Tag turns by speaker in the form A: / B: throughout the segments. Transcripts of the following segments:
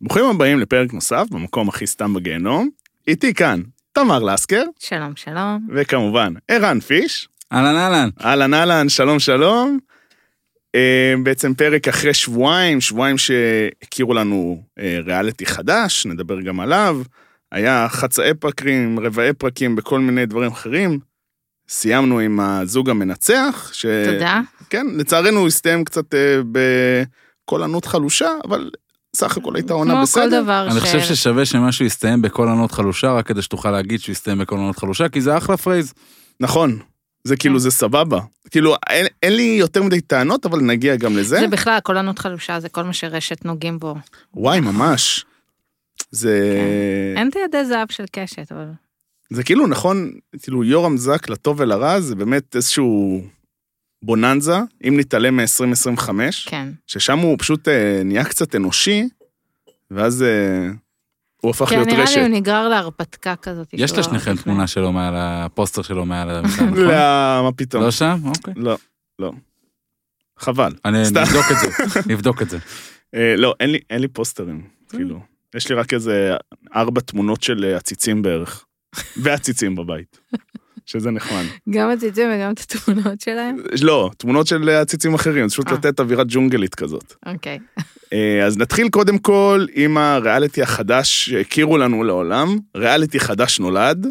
A: ברוכים הבאים לפרק נוסף במקום הכי סתם בגיהנום. איתי כאן תמר לסקר,
B: שלום, שלום.
A: וכמובן ערן פיש.
C: אהלן אהלן.
A: אהלן אהלן, שלום שלום. אה, בעצם פרק אחרי שבועיים, שבועיים שהכירו לנו אה, ריאליטי חדש, נדבר גם עליו. היה חצאי פרקים, רבעי פרקים בכל מיני דברים אחרים. סיימנו עם הזוג המנצח, ש...
B: תודה.
A: כן, לצערנו הוא הסתיים קצת אה, בקולנות חלושה, אבל סך הכל הייתה עונה
B: כמו
A: בסדר.
B: כל דבר
C: אני חושב
B: ש...
C: ששווה שמשהו יסתיים בקול ענות חלושה, רק כדי שתוכל להגיד שהוא יסתיים בקול ענות חלושה, כי זה אחלה פרייז.
A: נכון, זה כאילו,
B: כן.
A: זה סבבה. כאילו, אין, אין לי יותר מדי טענות, אבל נגיע גם לזה.
B: זה בכלל, קולנות חלושה זה כל מה שרשת נוגעים בו.
A: כן. וואי, ממש. זה...
B: אין את הידי זהב של קשת, אבל...
A: זה כאילו נכון, כאילו יורם זק לטוב ולרע זה באמת איזשהו בוננזה, אם נתעלם מ-2025,
B: כן.
A: ששם הוא פשוט אה, נהיה קצת אנושי, ואז אה, הוא הפך
B: כן,
A: להיות
B: נראה לי
A: רשת.
B: הוא נגרר להרפתקה כזאת.
C: יש
B: שהוא לא
C: לשניכם
B: תכנן.
C: תמונה שלו מעל הפוסטר שלו מעל המסעד, נכון?
A: לא, מה פתאום?
C: לא שם? אוקיי.
A: לא, לא. חבל.
C: אני
A: סתם.
C: נבדוק את זה, נבדוק את זה.
A: אה, לא, אין לי, אין לי פוסטרים, כאילו. יש לי רק איזה ארבע תמונות של אה, עציצים בערך. ועציצים בבית, שזה נחמד.
B: גם הציצים וגם את התמונות שלהם?
A: לא, תמונות של אה, עציצים אחרים, זה פשוט
B: אה.
A: לתת אווירה ג'ונגלית כזאת.
B: אוקיי.
A: אה, אז נתחיל קודם כל עם הריאליטי החדש שהכירו לנו לעולם. ריאליטי חדש נולד,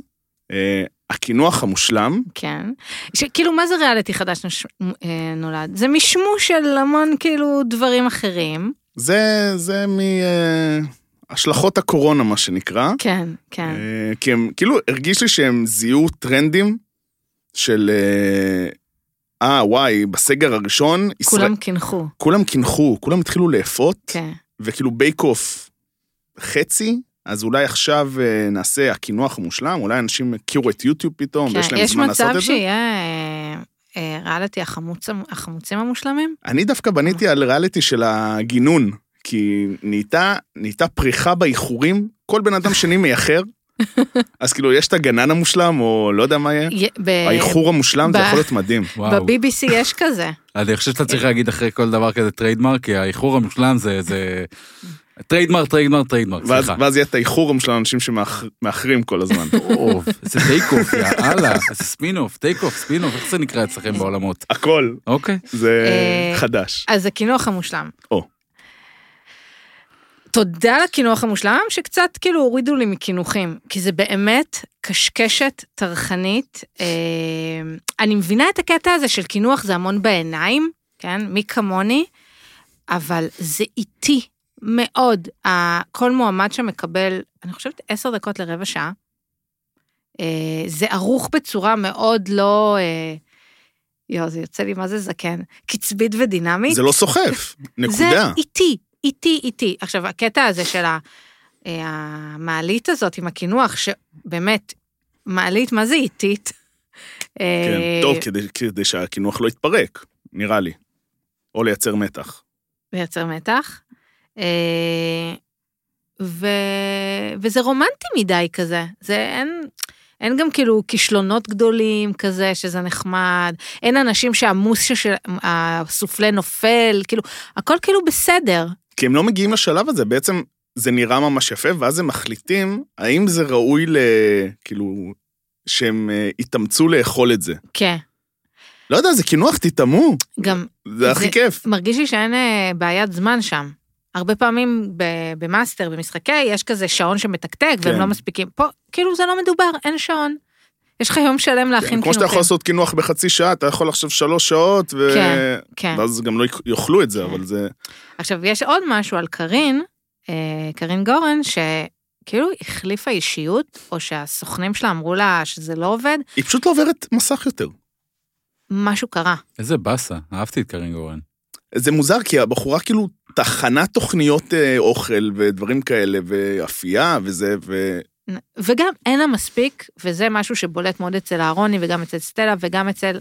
A: אה, הקינוח המושלם.
B: כן. שכאילו, מה זה ריאליטי חדש נוש- אה, נולד? זה משמוש של המון כאילו דברים אחרים.
A: זה, זה מהשלכות הקורונה, מה שנקרא.
B: כן, כן.
A: אה, כי הם, כאילו, הרגיש לי שהם זיהו טרנדים של... אה, אה, וואי, בסגר הראשון, ישראל-
B: כולם קינחו.
A: כולם קינחו, כולם התחילו לאפות,
B: כן.
A: וכאילו בייק אוף חצי, אז אולי עכשיו אה, נעשה הקינוח המושלם, אולי אנשים הכירו את יוטיוב פתאום,
B: כן,
A: ויש להם
B: יש
A: זמן לעשות
B: מצב
A: את זה.
B: שיהיה אה, אה, ריאליטי החמוץ- החמוצים המושלמים?
A: אני דווקא בניתי על ריאליטי של הגינון, כי נהייתה, נהייתה פריחה באיחורים, כל בן אדם שני מייחר, אז כאילו, יש את הגנן המושלם, או לא יודע מה יהיה.
B: יה- ב-
A: האיחור המושלם זה
B: ב-
A: יכול להיות מדהים.
C: וואו.
B: ב-BBC יש כזה.
C: אני חושב שאתה צריך להגיד אחרי כל דבר כזה טריידמרק, כי האיחור המושלם זה... זה- טריידמרק, טריידמרק, טריידמרק,
A: ואז,
C: סליחה.
A: ואז יהיה את האיחור של האנשים שמאחרים כל הזמן.
C: אוף, איזה טייק אוף, יאללה, איזה ספין אוף, טייק אוף, ספין אוף, איך זה נקרא אצלכם בעולמות?
A: הכל,
C: אוקיי.
A: זה
B: אה,
A: חדש.
B: אז הקינוח המושלם.
A: או.
B: תודה לקינוח המושלם, שקצת כאילו הורידו לי מקינוחים, כי זה באמת קשקשת, טרחנית. אה, אני מבינה את הקטע הזה של קינוח זה המון בעיניים, כן? מי כמוני, אבל זה איטי מאוד. ה- כל מועמד שמקבל, אני חושבת, עשר דקות לרבע שעה. אה, זה ערוך בצורה מאוד לא... אה, יואו, זה יוצא לי מה זה זקן. קצבית ודינמית.
A: זה לא סוחף, נקודה.
B: זה אה, איטי, איטי, איטי. עכשיו, הקטע הזה של ה- אה, המעלית הזאת עם הקינוח, שבאמת, מעלית, מה זה איטית?
A: כן,
B: אה,
A: טוב, כדי, כדי שהקינוח לא יתפרק, נראה לי. או לייצר מתח.
B: מייצר מתח. אה, ו... וזה רומנטי מדי כזה, זה אין, אין גם כאילו כישלונות גדולים כזה, שזה נחמד, אין אנשים שהמוס של הסופלה נופל, כאילו, הכל כאילו בסדר.
A: כי הם לא מגיעים לשלב הזה, בעצם זה נראה ממש יפה, ואז הם מחליטים האם זה ראוי ל... כאילו, שהם אה, יתאמצו לאכול את זה.
B: כן,
A: לא יודע, זה קינוח, תטעמו,
B: גם
A: זה הכי
B: זה-
A: כיף.
B: מרגיש לי שאין אה, בעיית זמן שם. הרבה פעמים ב- במאסטר, במשחקי, יש כזה שעון שמתקתק
A: כן.
B: והם לא מספיקים. פה, כאילו זה לא מדובר, אין שעון. יש לך יום שלם להכין
A: כן, כמו שאתה יכול לעשות קינוח בחצי שעה, אתה יכול עכשיו שלוש שעות, ו...
B: כן. כן.
A: ואז גם לא יאכ- יאכלו את זה,
B: כן.
A: אבל זה...
B: עכשיו, יש עוד משהו על קארין, אה, קארין גורן, שכאילו החליפה אישיות, או שהסוכנים שלה אמרו לה שזה לא עובד,
A: היא פשוט לא עוברת מסך יותר.
B: משהו קרה.
C: איזה באסה, אהבתי את קרין גורן.
A: זה מוזר, כי הבחורה כאילו טחנה תוכניות אה, אוכל ודברים כאלה, ואפייה וזה, ו...
B: נ- וגם אין לה מספיק, וזה משהו שבולט מאוד אצל אהרוני, וגם אצל סטלה, וגם אצל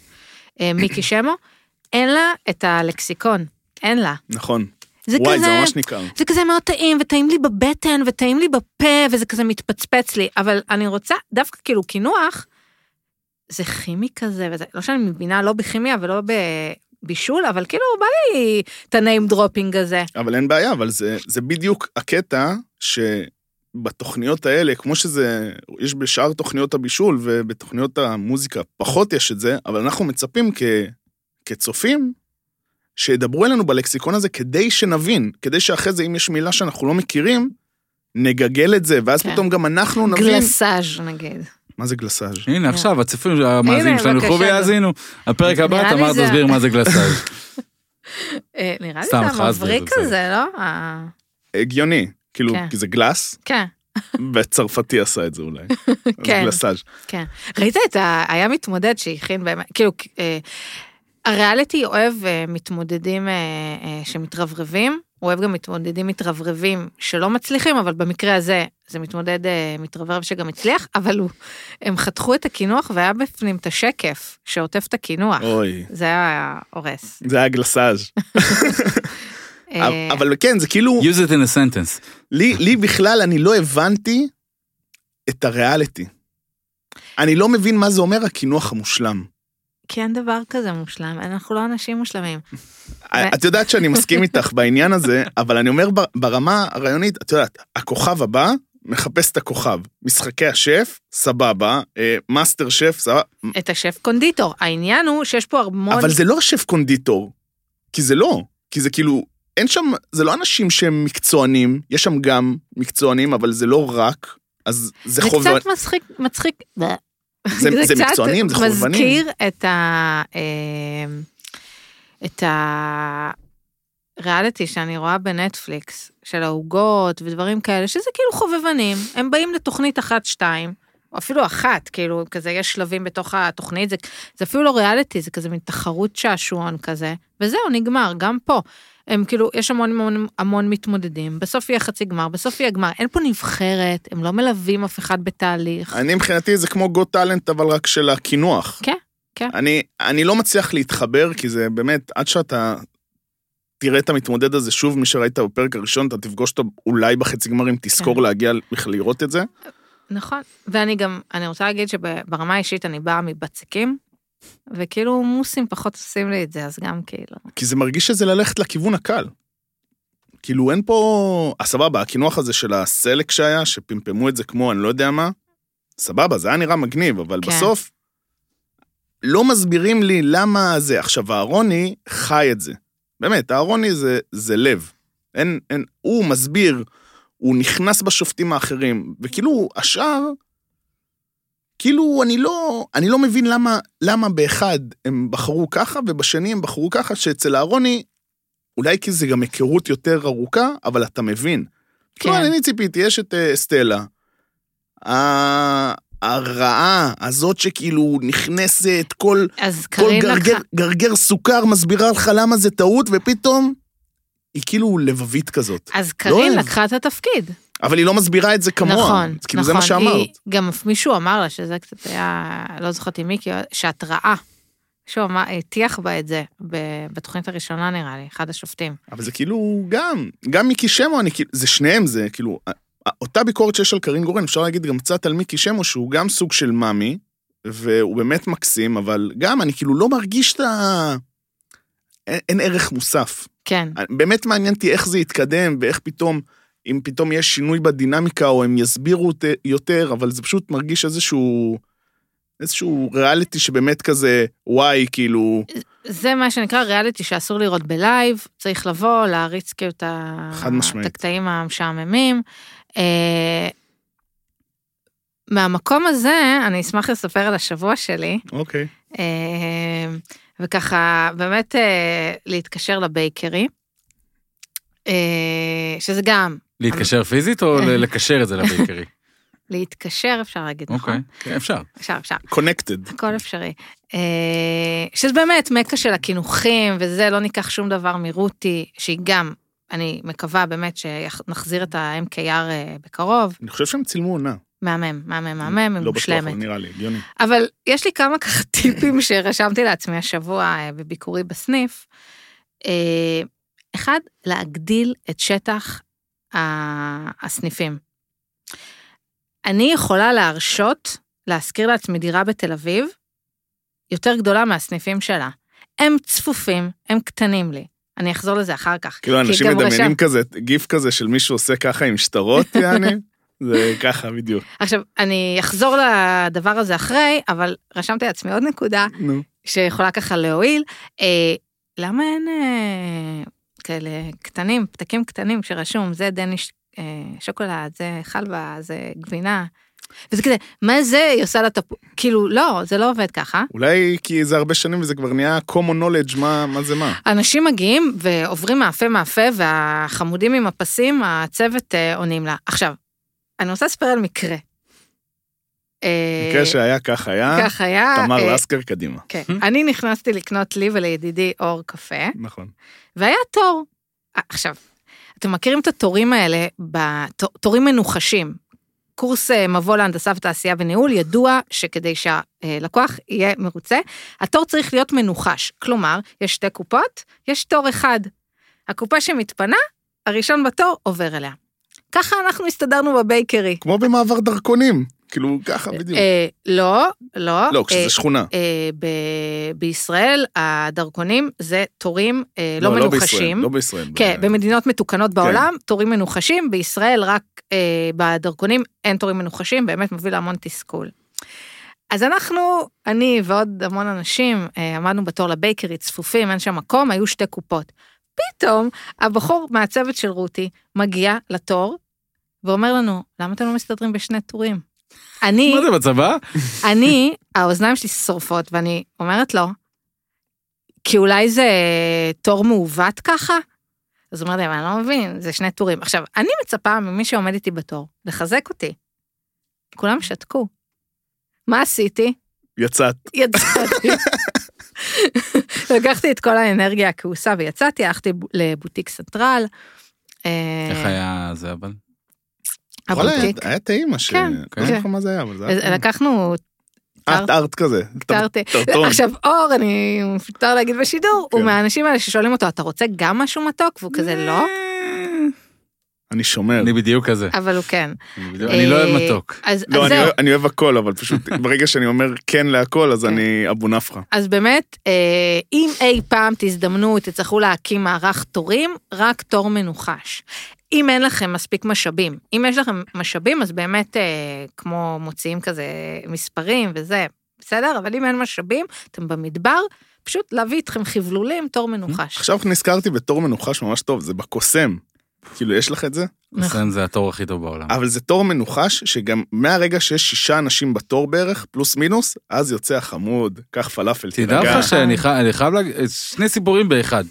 B: אה, מיקי שמו, אין לה את הלקסיקון, אין לה.
A: נכון.
B: זה
A: וואי,
B: כזה...
A: זה ממש ניכר.
B: זה כזה מאוד טעים, וטעים לי בבטן, וטעים לי בפה, וזה כזה מתפצפץ לי, אבל אני רוצה, דווקא כאילו קינוח, זה כימי כזה, וזה, לא שאני מבינה לא בכימיה ולא ב... בישול, אבל כאילו, בא לי את הניים דרופינג הזה.
A: אבל אין בעיה, אבל זה, זה בדיוק הקטע שבתוכניות האלה, כמו שזה, יש בשאר תוכניות הבישול ובתוכניות המוזיקה פחות יש את זה, אבל אנחנו מצפים כ, כצופים שידברו אלינו בלקסיקון הזה כדי שנבין, כדי שאחרי זה, אם יש מילה שאנחנו לא מכירים, נגגל את זה, ואז
B: כן.
A: כן. פתאום גם אנחנו נבין...
B: גלסאז' נגיד.
A: מה זה גלסאז'?
C: הנה, עכשיו, הצופים, המאזינים
B: כן. הנה,
C: שלנו ילכו
B: בבקשה.
C: ויאזינו. הפרק הבא,
B: נראה לי
C: תמר
B: זה-
C: תסביר מה זה גלסאז'.
B: אה, נראה לי
C: סתם,
B: זה
C: חסדה, זה
B: המבריק
C: בסדר.
B: הזה, לא? אה,
A: הגיוני, כאילו,
B: כן.
A: כי זה גלס,
B: כן,
A: וצרפתי עשה את זה אולי.
B: כן.
A: כן. גלסאז'.
B: כן. ראית את ה... היה מתמודד שהכין באמת, כאילו, אה, הריאליטי אוהב אה, מתמודדים אה, אה, שמתרברבים, הוא אוהב גם מתמודדים מתרברבים שלא מצליחים, אבל במקרה הזה זה מתמודד אה, מתרברב שגם הצליח, אבל הוא, הם חתכו את הקינוח והיה בפנים את השקף שעוטף את הקינוח.
A: אוי,
B: זה היה הורס.
A: זה היה גלסאז'.
B: אה,
A: אבל כן, זה כאילו,
C: use it in a sentence.
A: לי, לי בכלל, אני לא הבנתי את הריאליטי. אני לא מבין מה זה אומר הקינוח המושלם.
B: כי אין דבר כזה מושלם, אנחנו לא אנשים מושלמים. ו-
A: את יודעת שאני מסכים איתך בעניין הזה, אבל אני אומר בר- ברמה הרעיונית, את יודעת, הכוכב הבא מחפש את הכוכב. משחקי השף, סבבה, אה, מאסטר שף, סבבה,
B: את השף קונדיטור, העניין הוא שיש פה המון...
A: אבל זה לא שף קונדיטור, כי זה לא, כי זה כאילו, אין שם, זה לא אנשים שהם מקצוענים, יש שם גם מקצוענים, אבל זה לא רק, אז זה
B: זה
A: חובבנים,
B: קצת מצחיק, מצחיק,
A: זה, זה,
B: קצת
A: מקצוענים, זה חובבנים.
B: מזכיר את ה... אמ, את הריאליטי שאני רואה בנטפליקס, של העוגות ודברים כאלה, שזה כאילו חובבנים, הם באים לתוכנית אחת-שתיים, או אפילו אחת, כאילו, כזה יש שלבים בתוך התוכנית, זה, זה אפילו לא ריאליטי, זה כזה מין תחרות שעשועון כזה, וזהו, נגמר, גם פה. הם כאילו, יש המון המון המון מתמודדים, בסוף יהיה חצי גמר, בסוף יהיה גמר, אין פה נבחרת, הם לא מלווים אף אחד בתהליך.
A: אני מבחינתי זה כמו גו טאלנט, אבל רק של הקינוח.
B: כן, כן.
A: אני, אני לא מצליח להתחבר, כי זה באמת, עד שאתה תראה את המתמודד הזה שוב, מי שראית בפרק הראשון, אתה תפגוש אותו אולי בחצי גמר, אם
B: כן.
A: תזכור להגיע בכלל לראות את זה.
B: נכון, ואני גם, אני רוצה להגיד שברמה האישית אני באה מבצקים, וכאילו מוסים פחות עושים לי את זה, אז גם כאילו.
A: כי זה מרגיש שזה ללכת לכיוון הקל. כאילו אין פה... אה, סבבה, הקינוח הזה של הסלק שהיה, שפמפמו את זה כמו אני לא יודע מה, סבבה, זה היה נראה מגניב, אבל
B: כן.
A: כן. בסוף לא מסבירים לי למה זה. עכשיו, אהרוני חי את זה. באמת, אהרוני זה, זה לב. אין, אין, הוא מסביר, הוא נכנס בשופטים האחרים, וכאילו, השאר, כאילו, אני לא, אני לא מבין למה, למה באחד הם בחרו ככה, ובשני הם בחרו ככה, שאצל אהרוני, אולי כי זה גם היכרות יותר ארוכה, אבל אתה מבין. כן.
B: כן.
A: לא, אני ציפיתי, יש את אה, סטלה. ה- הרעה הזאת שכאילו נכנסת, כל,
B: אז
A: כל
B: קרין
A: גרגר,
B: לקחה,
A: גרגר סוכר מסבירה לך למה זה טעות, ופתאום היא כאילו לבבית כזאת.
B: אז קרין
A: אוהב.
B: לקחה את התפקיד.
A: אבל היא לא מסבירה את זה לא כמוה.
B: נכון,
A: אז כאילו
B: נכון.
A: זה מה שאמרת.
B: היא- גם מישהו אמר לה שזה קצת היה, לא זוכרת עם מי, כי- שהתראה. שהוא אמר, הטיח בה את זה, ב- בתוכנית הראשונה נראה לי, אחד השופטים.
A: אבל זה כאילו גם, גם מיקי שמו, אני כאילו, זה שניהם זה, כאילו, א- א- אותה ביקורת שיש על קרין גורן, אפשר להגיד גם קצת על מיקי שמו, שהוא גם סוג של מאמי, והוא באמת מקסים, אבל גם, אני כאילו לא מרגיש את ה... אין, אין ערך מוסף.
B: כן,
A: באמת מעניין אותי איך זה יתקדם, ואיך פתאום, אם פתאום יש שינוי בדינמיקה, או הם יסבירו ת- יותר, אבל זה פשוט מרגיש איזשהו... איזשהו ריאליטי שבאמת כזה, וואי, כאילו,
B: זה מה שנקרא ריאליטי שאסור לראות בלייב, צריך לבוא, להריץ כאילו את ה-
A: חד משמעית.
B: את הקטעים המשעממים. אה, מהמקום הזה, אני אשמח לספר על השבוע שלי,
A: אוקיי.
B: אה, וככה באמת אה, להתקשר לבייקרי, אה, שזה גם
C: להתקשר פיזית או ל- לקשר את זה לבייקרי?
B: להתקשר, אפשר להגיד,
C: אוקיי,
B: נכון?
C: כן, אפשר.
B: אפשר, אפשר.
A: קונקטד.
B: הכל אפשרי. אה, שזה באמת מכה של הקינוחים וזה, לא ניקח שום דבר מרותי, שהיא גם, אני מקווה באמת שנחזיר את ה-MKR אה, בקרוב.
A: אני חושב שהם צילמו עונה.
B: מהמם, מהמם, מהמם, היא
A: לא בטוח,
B: מושלמת.
A: אבל נראה לי, הגיוני.
B: אבל יש לי כמה ככה טיפים שרשמתי לעצמי השבוע אה, בביקורי בסניף. אה, אחד, להגדיל את שטח ה- הסניפים. אני יכולה להרשות להשכיר לעצמי דירה בתל אביב יותר גדולה מהסניפים שלה. הם צפופים, הם קטנים לי. אני אחזור לזה אחר כך.
A: כאילו,
B: כי
A: אנשים
B: גם
A: מדמיינים
B: רשם-
A: כזה, גיף כזה של מישהו עושה ככה עם שטרות, יעני. זה ככה בדיוק.
B: עכשיו, אני אחזור לדבר הזה אחרי, אבל רשמתי לעצמי עוד נקודה
A: נו.
B: שיכולה ככה להועיל. אה, למה אין אה, כאלה קטנים, פתקים קטנים שרשום, זה דניש אה, שוקולד, זה חלבה, זה גבינה. וזה כזה, מה זה היא עושה לתפוח? כאילו, לא, זה לא עובד ככה.
A: אולי כי זה הרבה שנים וזה כבר נהיה common knowledge, מה מה זה מה.
B: אנשים מגיעים ועוברים מאפה מאפה, והחמודים עם הפסים, הצוות אה, עונים לה. עכשיו, אני רוצה לספר על מקרה. אה,
A: מקרה שהיה כך היה,
B: כך היה.
A: תמר Mm-hmm.
B: אה,
A: לסקר קדימה.
B: כן. אני נכנסתי לקנות לי ולידידי אור קפה,
A: נכון.
B: והיה תור. אה, עכשיו, אתם מכירים את התורים האלה, בתור- תורים מנוחשים. קורס אה, מבוא להנדסה ותעשייה וניהול ידוע שכדי שהלקוח אה, יהיה מרוצה, התור צריך להיות מנוחש. כלומר, יש שתי קופות, יש תור אחד. הקופה שמתפנה, הראשון בתור עובר אליה. ככה אנחנו הסתדרנו בבייקרי.
A: כמו במעבר דרכונים, כאילו ככה בדיוק.
B: אה, לא, לא.
A: לא,
B: אה,
A: כשזה שכונה.
B: אה, ב- בישראל הדרכונים זה תורים אה, לא,
A: לא בישראל,
B: מנוחשים.
A: לא בישראל.
B: כן,
A: ב-
B: במדינות מתוקנות בעולם, תורים מנוחשים, בישראל רק אה, בדרכונים אין תורים מנוחשים, באמת מביא להמון תסכול. אז אנחנו, אני ועוד המון אנשים, אה, עמדנו בתור לבייקרי, צפופים, אין שם מקום, היו שתי קופות. פתאום הבחור מהצוות של רותי מגיע לתור ואומר לנו, למה אתם לא מסתדרים בשני טורים? אני...
C: מה זה בצבא?
B: אני, האוזניים שלי שורפות, ואני אומרת לו, כי אולי זה תור מעוות ככה? אז הוא אומר לי, אבל אני לא מבין, זה שני טורים. עכשיו, אני מצפה ממי שעומד איתי בתור לחזק אותי. כולם שתקו. מה עשיתי?
A: יצאת.
B: יצאתי. לקחתי את כל האנרגיה הכעוסה ויצאתי, הלכתי ב- לבוטיק סנטרל. אה,
C: איך היה זה אבל?
A: וואלה,
B: הבוטיק.
A: היה- היה טעים מה ש...
B: כן,
A: לא
B: כן.
A: זוכר מה זה היה, אבל זה היה... טעים.
B: לקחנו
A: אה, טארט כזה.
B: טרטה.
A: טרטון.
B: עכשיו אור, אני מותר להגיד בשידור, הוא
A: כן.
B: מהאנשים האלה ששואלים אותו, אתה רוצה גם משהו מתוק? והוא כזה לא,
C: אה.
A: אני שומר.
C: אני בדיוק כזה.
B: אבל הוא כן.
C: אני בדיוק- אני לא
B: אה,
C: אוהב מתוק.
B: אז אז
A: לא, אני
B: זהו,
A: אוהב- אני אוהב הכל, אבל פשוט ברגע שאני אומר כן להכל, אז
C: כן.
A: אני אבו נפחא.
B: אז באמת, אה, אם אי פעם תזדמנו, תצטרכו להקים מערך תורים, רק תור מנוחש. אם אין לכם מספיק משאבים, אם יש לכם משאבים, אז באמת, אה, כמו מוציאים כזה מספרים וזה, בסדר? אבל אם אין משאבים, אתם במדבר, פשוט להביא איתכם חבלולים, תור מנוחש.
A: עכשיו נזכרתי בתור מנוחש ממש טוב, זה בקוסם. כאילו, יש לך את זה?
B: נכון.
C: סם זה התור הכי טוב בעולם.
A: אבל זה תור מנוחש, שגם מהרגע שיש שישה אנשים בתור בערך, פלוס מינוס, אז יוצא החמוד, קח פלאפל,
C: תדע
A: תירגע.
C: לך שאני חי- אני חייב להגיד, שני סיפורים באחד.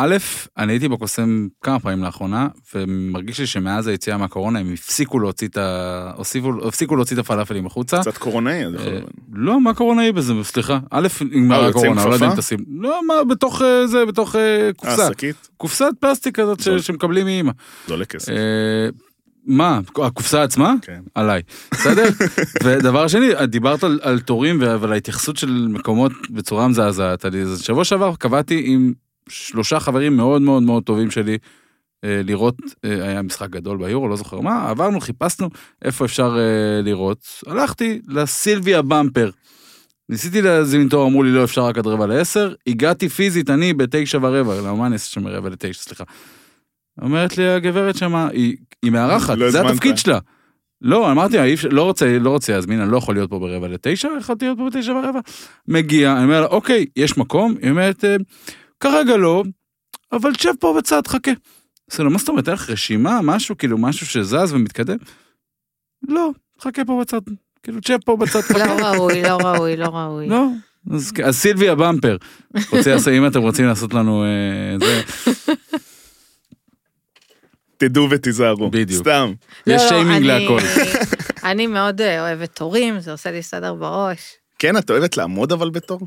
C: א', אני הייתי בקוסם כמה פעמים לאחרונה, ומרגיש לי שמאז היציאה מהקורונה הם הפסיקו להוציא את ה... הוסיפו- הפסיקו להוציא את הפלאפלים החוצה.
A: קצת קורונאי, אז יכול
C: אה,
A: להיות.
C: לא, מה קורונה יהיה בזה? סליחה. א', נגמרה
A: אה, יוצא עם
C: הקורונה, לא יודע אם
A: כפפה?
C: תשים. לא, מה, בתוך אה, זה, בתוך אה,
A: אה,
C: קופסה.
A: שקית?
C: קופסת פלסטיק כזאת ש-
A: טוב.
C: שמקבלים מאימא.
A: זה עולה כסף.
C: אה, מה, הקופסה עצמה?
A: כן.
C: עליי, בסדר? ודבר שני, את דיברת על, על תורים ו- ועל ההתייחסות של מקומות בצורה מזעזעת. אני- אז שבוע שעבר קבעתי עם שלושה חברים מאוד מאוד מאוד טובים שלי אה, לראות, אה, היה משחק גדול ביורו, לא זוכר מה, עברנו, חיפשנו איפה אפשר אה, לראות. הלכתי לסילביה במפר. ניסיתי להזמין תור, אמרו לי לא אפשר רק עד רבע לעשר, הגעתי פיזית, אני בתשע ורבע, למה אני אעשה שם רבע לתשע, סליחה. אומרת לי הגברת שמה, היא, היא מארחת,
A: לא
C: זה
A: הזמנת.
C: התפקיד שלה. לא, אמרתי לה, "אי אפשר- לא רוצה, לא רוצה להזמין, אני לא יכול להיות פה ברבע לתשע, יכולתי להיות פה בתשע ורבע. מגיע, אני אומר לה, אוקיי, יש מקום? היא אומרת, "אה, כרגע לא, אבל תשב פה בצד, חכה. אז אני אומר, לא, מה זאת אומרת, אין לך רשימה, משהו, כאילו, משהו שזז ומתקדם? לא, חכה פה בצד, כאילו, תשב פה בצד,
B: לא
C: חכה.
B: ראוי, לא ראוי, לא ראוי.
C: לא, אז- אז סילביה במפר. רוצה לעשות, אם אתם רוצים לעשות לנו אה, זה,
A: תדעו ותיזהרו.
C: בדיוק.
A: סתם.
B: לא,
C: יש
B: לא,
C: שיימינג
B: אני-
C: להכל.
B: אני מאוד אה, אוהבת תורים, זה עושה לי סדר בראש.
A: כן, את אוהבת לעמוד אבל בתור?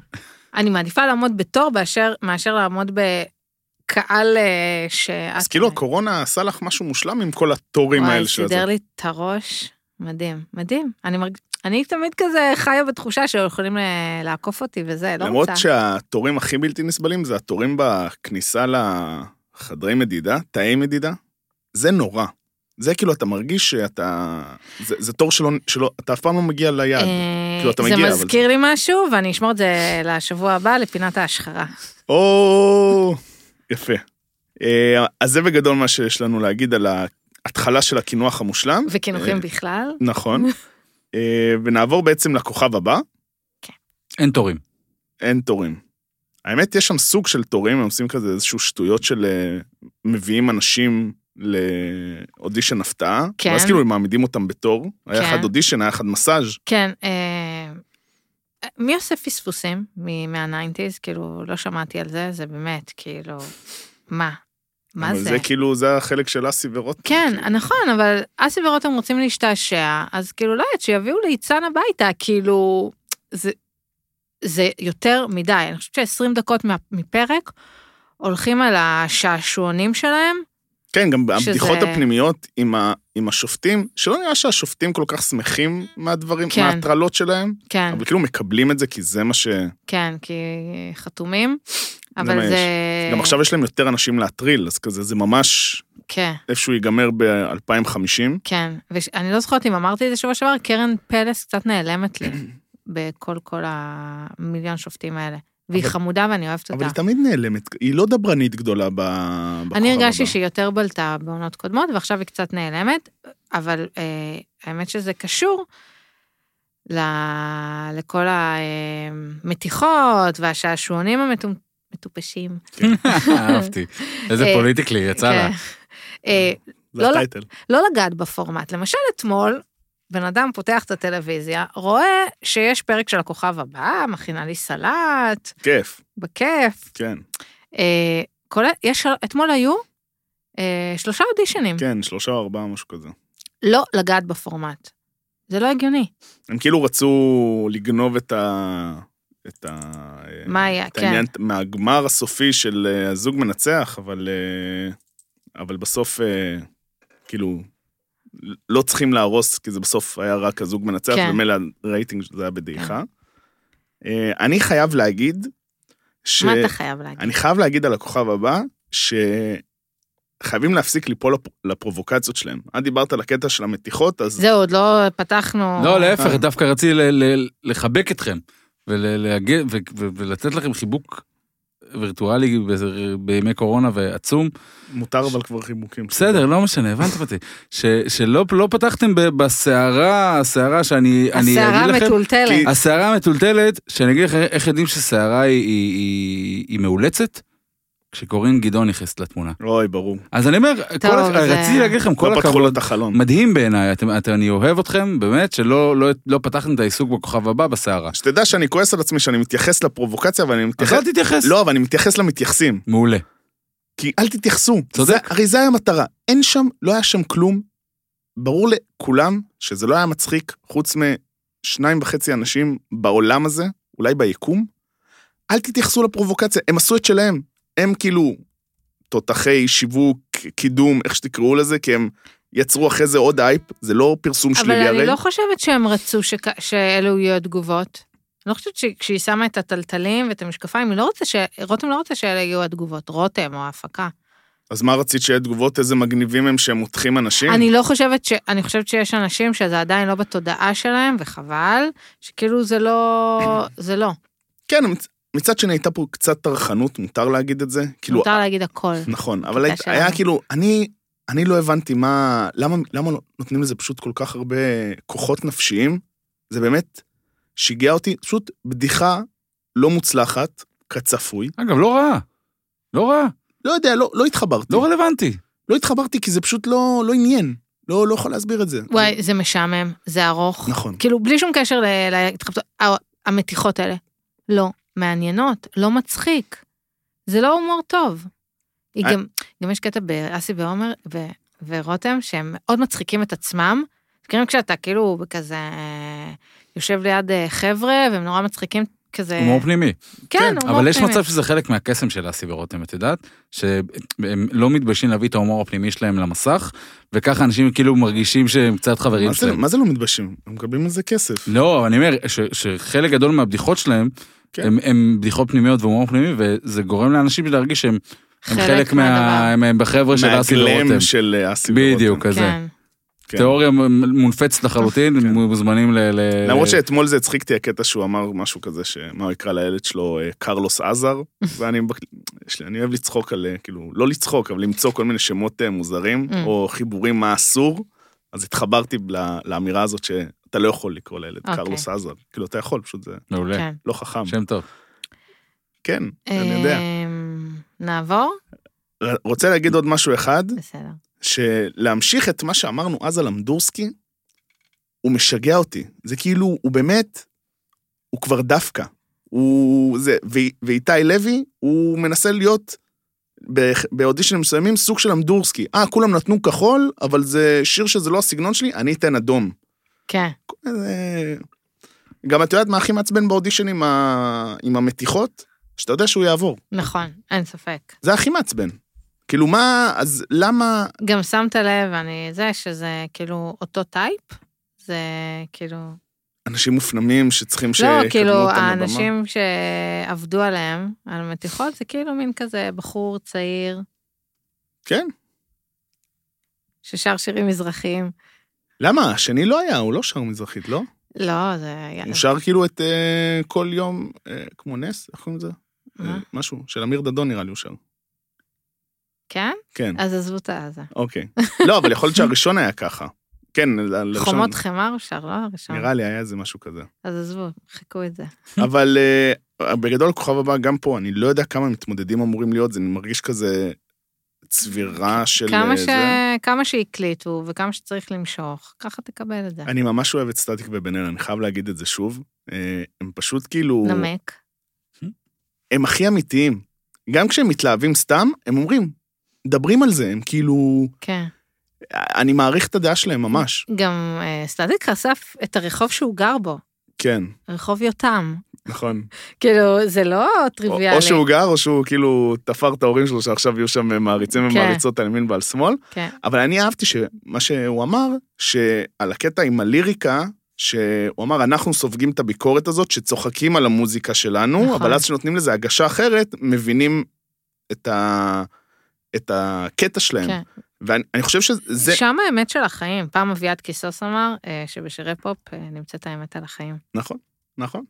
B: אני מעדיפה לעמוד בתור באשר, מאשר לעמוד בקהל אה, שאת...
A: אז
C: כן.
A: כאילו הקורונה עשה לך משהו מושלם עם כל התורים
B: וואי,
A: האלה של זה.
B: סידר לי את הראש, מדהים, מדהים. אני, מרג... אני תמיד כזה חיה בתחושה שיכולים ל- לעקוף אותי וזה, לא
A: למרות
B: רוצה.
A: שהתורים הכי בלתי נסבלים זה התורים בכניסה לחדרי מדידה, תאי מדידה, זה נורא. זה כאילו, אתה מרגיש שאתה... זה, זה תור שלא, שלא... אתה אף פעם לא מגיע ליעד.
B: אה,
A: כאילו, אתה
B: זה
A: מגיע, אבל-
B: מזכיר לי משהו, ואני אשמור את זה לשבוע הבא, לפינת ההשחרה.
A: או... יפה. אה, אז זה בגדול מה שיש לנו להגיד על ההתחלה של הקינוח המושלם.
B: וקינוחים
A: אה,
B: בכלל.
A: נכון. אה, ונעבור בעצם לכוכב הבא,
C: אין תורים.
A: אין תורים. האמת, יש שם סוג של תורים, הם עושים כזה איזשהו שטויות של אה, מביאים אנשים לאודישן הפתעה.
B: כן.
A: ואז כאילו הם מעמידים אותם בתור. היה
B: כן.
A: אחד אודישן, היה אחד מסאז'.
B: כן, אה, מי עושה פספוסים מ- מהניינטיז? כאילו, לא שמעתי על זה, זה באמת, כאילו, מה? מה
A: אבל
B: זה?
A: זה כאילו, זה החלק של אסי ורותם.
B: כן,
A: כאילו.
B: נכון, אבל אסי ורותם רוצים להשתעשע, אז כאילו, לא יודעת, שיביאו ליצן הביתה, כאילו, זה, זה יותר מדי. אני חושבת ש-20 דקות מה- מפרק הולכים על השעשועונים שלהם.
A: כן, גם
B: שזה-
A: הבדיחות הפנימיות עם, ה, עם השופטים, שלא נראה שהשופטים כל כך שמחים מהדברים,
B: כן.
A: מההטרלות שלהם,
B: כן,
A: אבל כאילו מקבלים את זה כי זה מה ש...
B: כן, כי חתומים,
A: מה
B: אבל
A: יש.
B: זה...
A: גם עכשיו יש להם יותר אנשים להטריל, אז כזה, זה ממש
B: כן.
A: איפשהו ייגמר ב-2050.
B: כן, ואני לא זוכרת אם אמרתי את זה שבוע שעבר, קרן פלס קצת נעלמת לי בכל כל המיליון שופטים האלה. והיא
A: אבל-
B: חמודה ואני אוהבת
A: אבל
B: אותה.
A: היא תמיד נעלמת, היא לא דברנית גדולה ב... בכוכב
B: אני הרגשתי
A: הבא.
B: שהיא יותר בלטה בעונות קודמות, ועכשיו היא קצת נעלמת, אבל אה, האמת שזה קשור ל... לכל המתיחות והשעשועונים המטופשים.
C: אהבתי. איזה
B: אה,
C: פוליטיקלי, יצא לה.
A: זה
B: לא-
A: הטייטל.
B: לא לגעת בפורמט. למשל, אתמול, בן אדם פותח את הטלוויזיה, רואה שיש פרק של הכוכב הבא, מכינה לי סלט,
A: כיף,
B: בכיף.
A: כן,
B: אה, כל, ה- יש, אתמול היו אה, שלושה אודישנים.
A: כן, שלושה או ארבעה, משהו כזה.
B: לא לגעת בפורמט. זה לא הגיוני.
A: הם כאילו רצו לגנוב את ה... את ה...
B: מה היה? כן.
A: את העניין מהגמר הסופי של אה, הזוג מנצח, אבל, אה, אבל בסוף, אה, כאילו, לא צריכים להרוס, כי זה בסוף היה רק הזוג מנצח,
B: כן.
A: ומילא הרייטינג זה היה בדעיכה. אה, אני חייב להגיד, ש...
B: מה אתה חייב להגיד?
A: אני חייב להגיד על הכוכב הבא, שחייבים להפסיק ליפול לפ... לפרובוקציות שלהם. את דיברת על הקטע של המתיחות, אז...
B: זהו, עוד לא פתחנו...
C: לא, להפך,
A: אה.
C: דווקא רציתי ל- ל- לחבק אתכם, ולהגן, ולתת לכם חיבוק וירטואלי ב- בימי קורונה ועצום.
A: מותר אבל כבר חיבוקים.
C: בסדר, לא משנה, הבנת אותי. ש- שלא לא פתחתם ב- בסערה, הסערה שאני אני
B: הסערה
C: אגיד לכם,
B: מטולטלת.
A: כי-
C: הסערה המטולטלת, שאני אגיד לכם איך יודעים שסערה היא- היא- היא היא מאולצת, כשקורין גדעון נכנסת לתמונה.
A: אוי, ברור.
C: אז אני אומר, כל הכ-
B: זה-
C: רציתי להגיד לכם, כל
A: לא פתחו לו
C: הכבוד,
A: את החלון.
C: מדהים בעיניי, אתם- אתם- אני אוהב אתכם, באמת, שלא לא- לא פתחתם את העיסוק בכוכב הבא בסערה.
A: שתדע שאני כועס על עצמי שאני מתייחס לפרובוקציה, אבל אני
C: אז
A: מתייחס...
C: אל תתייחס.
A: לא, אבל אני מתייחס למתייחסים.
C: מעולה.
A: כי אל תתייחסו.
C: צודק.
A: זה- הרי זה היה המטרה. אין שם, לא היה שם כלום. ברור לכולם שזה לא היה מצחיק, חוץ משניים וחצי אנשים בעולם הזה, אולי ביקום. אל תתייחסו לפרובוקציה, הם עשו את שלהם. הם כאילו תותחי שיווק, קידום, איך שתקראו לזה, כי הם יצרו אחרי זה עוד אייפ, זה לא פרסום
B: אבל
A: שלילי הרי.
B: אני לא חושבת שהם רצו שכ- שאלו יהיו התגובות. אני לא חושבת שכשהיא שמה את הטלטלים ואת המשקפיים, היא לא רוצה ש... רותם לא רוצה שאלה יהיו התגובות, רותם או ההפקה.
A: אז מה רצית שיהיה תגובות, איזה מגניבים הם שהם מותחים אנשים?
B: אני לא חושבת ש... אני חושבת שיש אנשים שזה עדיין לא בתודעה שלהם, וחבל, שכאילו זה לא... זה לא.
A: כן, מצ- מצד שני הייתה פה קצת טרחנות, מותר להגיד את זה. כאילו,
B: מותר להגיד הכל.
A: נכון, אבל היית,
B: שלנו.
A: היה כאילו, אני, אני לא הבנתי מה, למה, למה לא נותנים לזה פשוט כל כך הרבה כוחות נפשיים. זה באמת שיגע אותי, פשוט בדיחה לא מוצלחת, כצפוי.
C: אגב, לא רע. לא רע.
A: לא יודע, לא, לא התחברתי.
C: לא רלוונטי.
A: לא התחברתי כי זה פשוט לא, לא עניין. לא, לא יכול להסביר את זה.
B: וואי, זה משעמם, זה ארוך.
A: נכון.
B: כאילו, בלי שום קשר ל- להתחבטות, ה- המתיחות האלה. לא מעניינות, לא מצחיק. זה לא הומור טוב. היא
A: אה.
B: גם, גם יש קטע באסי ועומר ו- ורותם, שהם מאוד מצחיקים את עצמם. כאילו כשאתה כאילו כזה יושב ליד אה, חבר'ה, והם נורא מצחיקים כזה...
C: הומור פנימי.
B: כן,
A: כן,
B: הומור
C: אבל יש
B: פנימי.
C: מצב שזה חלק מהקסם של אסי ורותם, את יודעת? שהם לא מתביישים להביא את ההומור הפנימי שלהם למסך, וככה אנשים כאילו מרגישים שהם קצת חברים
A: מה זה,
C: שלהם.
A: מה זה לא מתביישים? הם מקבלים על זה כסף.
C: לא, אני אומר ש- שחלק גדול מהבדיחות שלהם,
A: כן.
C: הם- הם בדיחות פנימיות והומור פנימי, וזה גורם לאנשים להרגיש שהם הם חלק מה... הם- הם בחבר'ה לא, של אסי ורותם.
A: מהגלם של אה, אסי ורותם.
C: בדיוק, כזה.
B: כן.
A: כן.
C: תיאוריה מ- מונפצת לחלוטין,
A: כן.
C: מוזמנים ל... ל-
B: אה,
A: למרות שאתמול זה הצחיק אותי הקטע שהוא אמר משהו כזה, שמה הוא יקרא לילד שלו, אה, קרלוס עזר, ואני בק- יש לי- אני אוהב לצחוק על, אה, כאילו, לא לצחוק, אבל למצוא כל מיני שמות אה, מוזרים,
B: Mm.
A: או חיבורים מה אסור, אז התחברתי ל- לאמירה הזאת שאתה לא יכול לקרוא לילד
B: אוקיי.
A: קרלוס עזר. כאילו, אתה יכול, פשוט זה
C: מעולה,
B: כן.
A: לא חכם.
C: שם טוב.
A: כן, אני
B: אה,
A: יודע.
B: אמ, נעבור?
A: ר- רוצה להגיד עוד משהו אחד,
B: בסדר.
A: שלהמשיך את מה שאמרנו אז על אמדורסקי, הוא משגע אותי. זה כאילו, הוא באמת, הוא כבר דווקא. הוא זה, ו- ואיתי לוי, הוא מנסה להיות באח- באודישנים מסוימים סוג של אמדורסקי. אה, כולם נתנו כחול, אבל זה שיר שזה לא הסגנון שלי, אני אתן אדום.
B: כן.
A: זה... גם את יודעת מה הכי מעצבן באודישן עם, ה... עם המתיחות? שאתה יודע שהוא יעבור.
B: נכון, אין ספק.
A: זה הכי מעצבן. כאילו מה, אז למה,
B: גם שמת לב, אני, זה, שזה כאילו אותו טייפ? זה כאילו...
A: אנשים מופנמים שצריכים שיקדמו
B: לא, כאילו,
A: אותם לבמה.
B: האנשים שעבדו עליהם, על מתיחות, זה כאילו מין כזה בחור צעיר
A: כן.
B: ששר שירים מזרחיים.
A: למה? השני לא היה, הוא לא שר מזרחית, לא?
B: לא, זה... היה-
A: הוא שר כאילו את אה, כל יום, אה, כמו נס, איך קוראים לזה?
B: מה?
A: אה, משהו, של אמיר דדון נראה לי הוא שר.
B: כן?
A: כן,
B: אז עזבו את הזה.
A: אוקיי. לא, אבל יכול להיות שהראשון היה ככה. כן, ל- לראשון.
B: חומות חמר הוא שר, לא הראשון.
A: נראה לי היה איזה משהו כזה.
B: אז עזבו, חכו את זה.
A: אבל אה, בגדול, כוכב הבא, גם פה, אני לא יודע כמה מתמודדים אמורים להיות, זה מרגיש כזה צבירה של אה,
B: כמה, ש...
A: זה.
B: כמה שהקליטו וכמה שצריך למשוך, ככה תקבל את זה.
A: אני ממש אוהב את סטטיק ובן אל, אני חייב להגיד את זה שוב. אה, הם פשוט כאילו...
B: נמק.
A: הם הכי אמיתיים. גם כשהם מתלהבים סתם, הם אומרים, מדברים על זה, הם כאילו...
B: כן.
A: אני מעריך את הדעה שלהם ממש.
B: גם אה, סטטיק חשף את הרחוב שהוא גר בו,
A: כן,
B: רחוב יותם.
A: נכון.
B: כאילו, זה לא
A: או
B: טריוויאלי.
A: או שהוא גר, או שהוא כאילו תפר את ההורים שלו, שעכשיו יהיו שם מעריצים
B: כן.
A: ומעריצות על ימין ועל שמאל.
B: כן.
A: אבל אני אהבתי שמה שהוא אמר, שעל הקטע עם הליריקה, שהוא אמר, אנחנו סופגים את הביקורת הזאת, שצוחקים על המוזיקה שלנו,
B: נכון.
A: אבל אז כשנותנים לזה הגשה אחרת, מבינים את, ה... את הקטע שלהם.
B: כן.
A: ואני אני חושב שזה...
B: שם האמת של החיים. פעם אביעד קיסוס אמר אה, שבשירי פופ אה, נמצאת האמת על החיים.
A: נכון, נכון.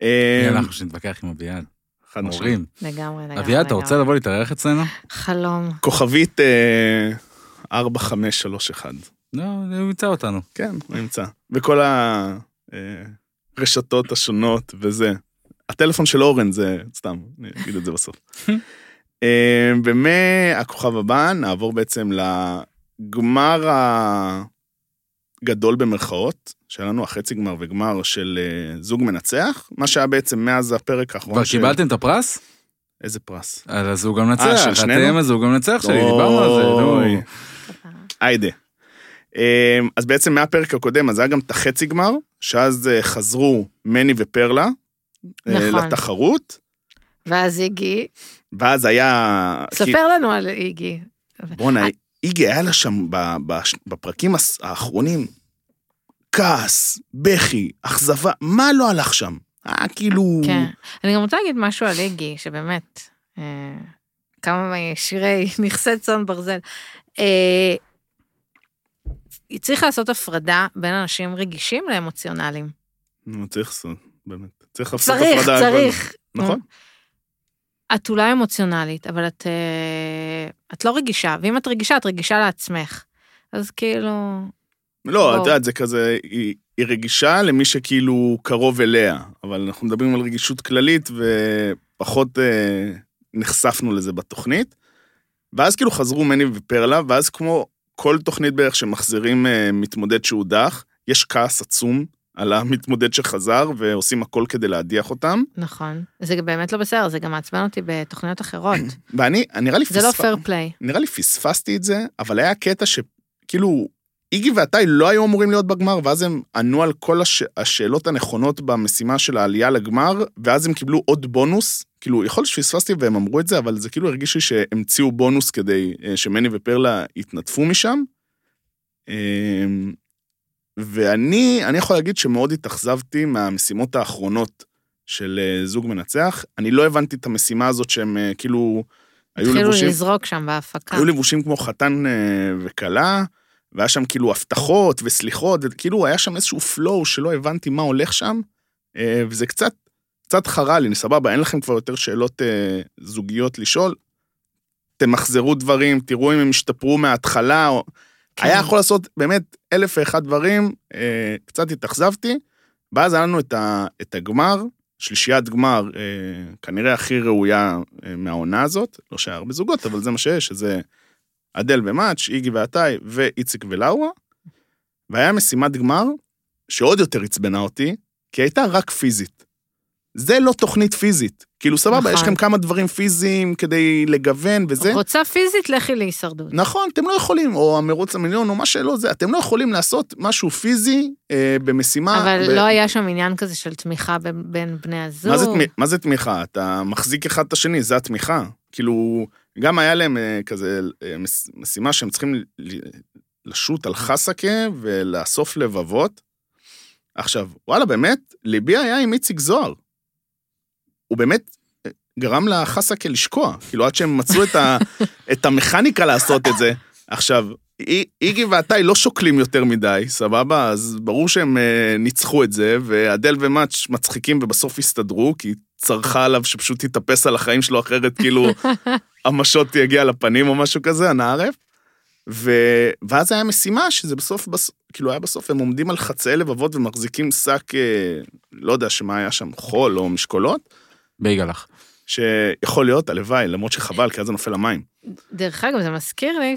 C: הנה,
A: אמ,
C: אנחנו שנתווכח עם אביעד.
A: חד משמעית.
C: מורים.
B: לגמרי, לגמרי.
C: אביעד, אתה
B: לגמרי.
C: רוצה לבוא להתארח אצלנו?
B: חלום.
A: כוכבית אה, 4531.
C: לא, הוא ימצא אותנו.
A: כן, הוא נמצא. בכל הרשתות השונות וזה. הטלפון של אורן זה, סתם, אני אגיד את זה בסוף. אה, ומהכוכב הבא נעבור בעצם לגמר הגדול במרכאות, שהיה לנו החצי גמר וגמר של אה, זוג מנצח, מה שהיה בעצם מאז הפרק האחרון.
C: כבר
A: של-
C: קיבלתם את הפרס?
A: איזה פרס?
C: אז אז הוא גם
A: אה,
C: נצח.
A: של שנינו?
C: אתם אז הוא גם נצח שלי, דיברנו על זה. נו.
A: אוי. היידה. אמ, אז בעצם מהפרק הקודם, אז היה גם את החצי גמר, שאז אה, חזרו מני ופרלה אה,
B: נכון.
A: לתחרות,
B: ואז איגי,
A: ואז היה... כי-
B: ספר אה- לנו על איגי.
A: בואנה, איגי היה לה שם ב- בש- בפרקים הס- האחרונים כעס, בכי, אכזבה, מה לא הלך שם? אה, כאילו...
B: כן. אני גם רוצה להגיד משהו על איגי, שבאמת, אה, כמה שירי נכסי צאן ברזל. אה, צריך לעשות הפרדה בין אנשים רגישים לאמוציונליים.
A: נו, צריך לעשות, באמת. צריך לעשות
B: צריך,
A: הפרדה על כל-
B: צריך.
A: נכון.
B: כן. את אולי אמוציונלית, אבל את, אה, את לא רגישה, ואם את רגישה, את רגישה לעצמך. אז כאילו,
A: לא, את
B: בוא.
A: יודעת, זה כזה, היא, היא רגישה למי שכאילו קרוב אליה, אבל אנחנו מדברים על רגישות כללית ופחות אה, נחשפנו לזה בתוכנית. ואז כאילו חזרו מני ופרלה, ואז כמו כל תוכנית בערך שמחזירים אה, מתמודד שהודח, יש כעס עצום על המתמודד שחזר, ועושים הכל כדי להדיח אותם.
B: נכון. זה באמת לא בסדר, זה גם מעצבן אותי בתוכניות אחרות.
A: ואני, נראה לי
B: זה לא
A: פספ-
B: פייר פליי.
A: נראה לי פספסתי את זה, אבל היה קטע שכאילו, איגי ואיתי לא היו אמורים להיות בגמר, ואז הם ענו על כל הש... השאלות הנכונות במשימה של העלייה לגמר, ואז הם קיבלו עוד בונוס. כאילו, יכול להיות שפספסתי והם אמרו את זה, אבל זה כאילו הרגיש לי שהמציאו בונוס כדי אה, שמני ופרלה יתנדפו משם. אה, ואני אני יכול להגיד שמאוד התאכזבתי מהמשימות האחרונות של אה, זוג מנצח. אני לא הבנתי את המשימה הזאת שהם אה, כאילו... היו
B: התחילו
A: לבושים,
B: לזרוק שם בהפקה.
A: היו לבושים כמו חתן אה, וכלה, והיה שם כאילו הבטחות וסליחות, וכאילו היה שם איזשהו flow שלא הבנתי מה הולך שם, אה, וזה קצת, קצת חרה לי, אני סבבה, אין לכם כבר יותר שאלות אה, זוגיות לשאול? תמחזרו דברים, תראו אם הם השתפרו מההתחלה, או...
B: כן.
A: היה יכול לעשות באמת אלף ואחד דברים, אה, קצת התאכזבתי, ואז היה לנו את, ה, את הגמר, שלישיית גמר, אה, כנראה הכי ראויה אה, מהעונה הזאת, לא שהיה הרבה זוגות, אבל זה מה שיש, אה, שזה אדל ומאץ', איגי ועתאי, ואיציק ולאורה, והיה משימת גמר, שעוד יותר עצבנה אותי, כי הייתה רק פיזית. זה לא תוכנית פיזית. כאילו, סבבה,
B: נכון.
A: יש לכם כמה דברים פיזיים כדי לגוון וזה.
B: רוצה פיזית, לכי להישרדות.
A: נכון, אתם לא יכולים, או המרוץ המיליון, או מה שלא זה, אתם לא יכולים לעשות משהו פיזי אה, במשימה.
B: אבל
A: ב-
B: לא היה שם עניין כזה של תמיכה בין- בין בני הזוג.
A: מה זה, תמי- מה זה תמיכה? אתה מחזיק אחד את השני, זה התמיכה. כאילו, גם היה להם אה, כזה אה, מס- משימה שהם צריכים ל- ל- לשוט על חסקה ולאסוף לבבות. עכשיו, וואלה, באמת, ליבי היה עם איציק זוהר. הוא באמת אה, גרם לחסקה לשקוע. כאילו, עד שהם מצאו את, ה, את המכניקה לעשות את זה. עכשיו, אי- איגי ועתאי לא שוקלים יותר מדי, סבבה? אז ברור שהם אה, ניצחו את זה, ואדל ומאץ' מצחיקים ובסוף הסתדרו, כי צרחה עליו שפשוט יתאפס על החיים שלו, אחרת כאילו המשות יגיע לפנים או משהו כזה, הנערף. ו... ואז היה משימה שזה בסוף, בס... כאילו היה בסוף, הם עומדים על חצאי לבבות ומחזיקים שק, אה, לא יודע שמה היה שם, חול או משקולות,
C: בייגלח.
A: שיכול להיות, הלוואי, למרות שחבל, כי אז זה נופל למים.
B: דרך אגב, זה מזכיר לי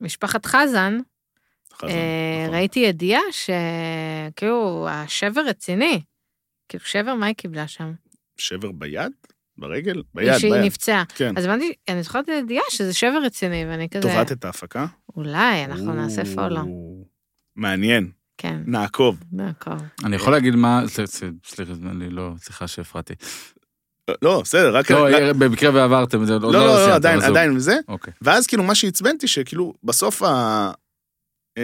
B: שמשפחת חזן,
A: אחרי זה,
B: אה,
A: נכון.
B: ראיתי ידיעה שכאילו, השבר רציני. כאילו, שבר מה היא קיבלה שם?
A: שבר ביד? ברגל? ביד,
B: היא שהיא
A: ביד.
B: נפצעה.
A: כן.
B: אז הבנתי, אני זוכרת את הידיעה שזה שבר רציני, ואני כזה,
A: תובעת את ההפקה?
B: אולי, כן, אנחנו נעשה פולו.
A: או, מעניין,
B: כן,
A: נעקוב.
B: נעקוב.
C: אני יכול להגיד מה... ס- ס- סליחה, אני לא... סליחה שהפרעתי.
A: לא, בסדר, רק...
C: לא,
A: רק-
C: במקרה ועברתם את זה, עוד
A: לא, לא,
C: סיימתם,
A: לא, עדיין,
C: אז זהו.
A: עדיין זה.
C: אוקיי.
A: ואז כאילו מה שעצבנתי שכאילו בסוף ה... אה,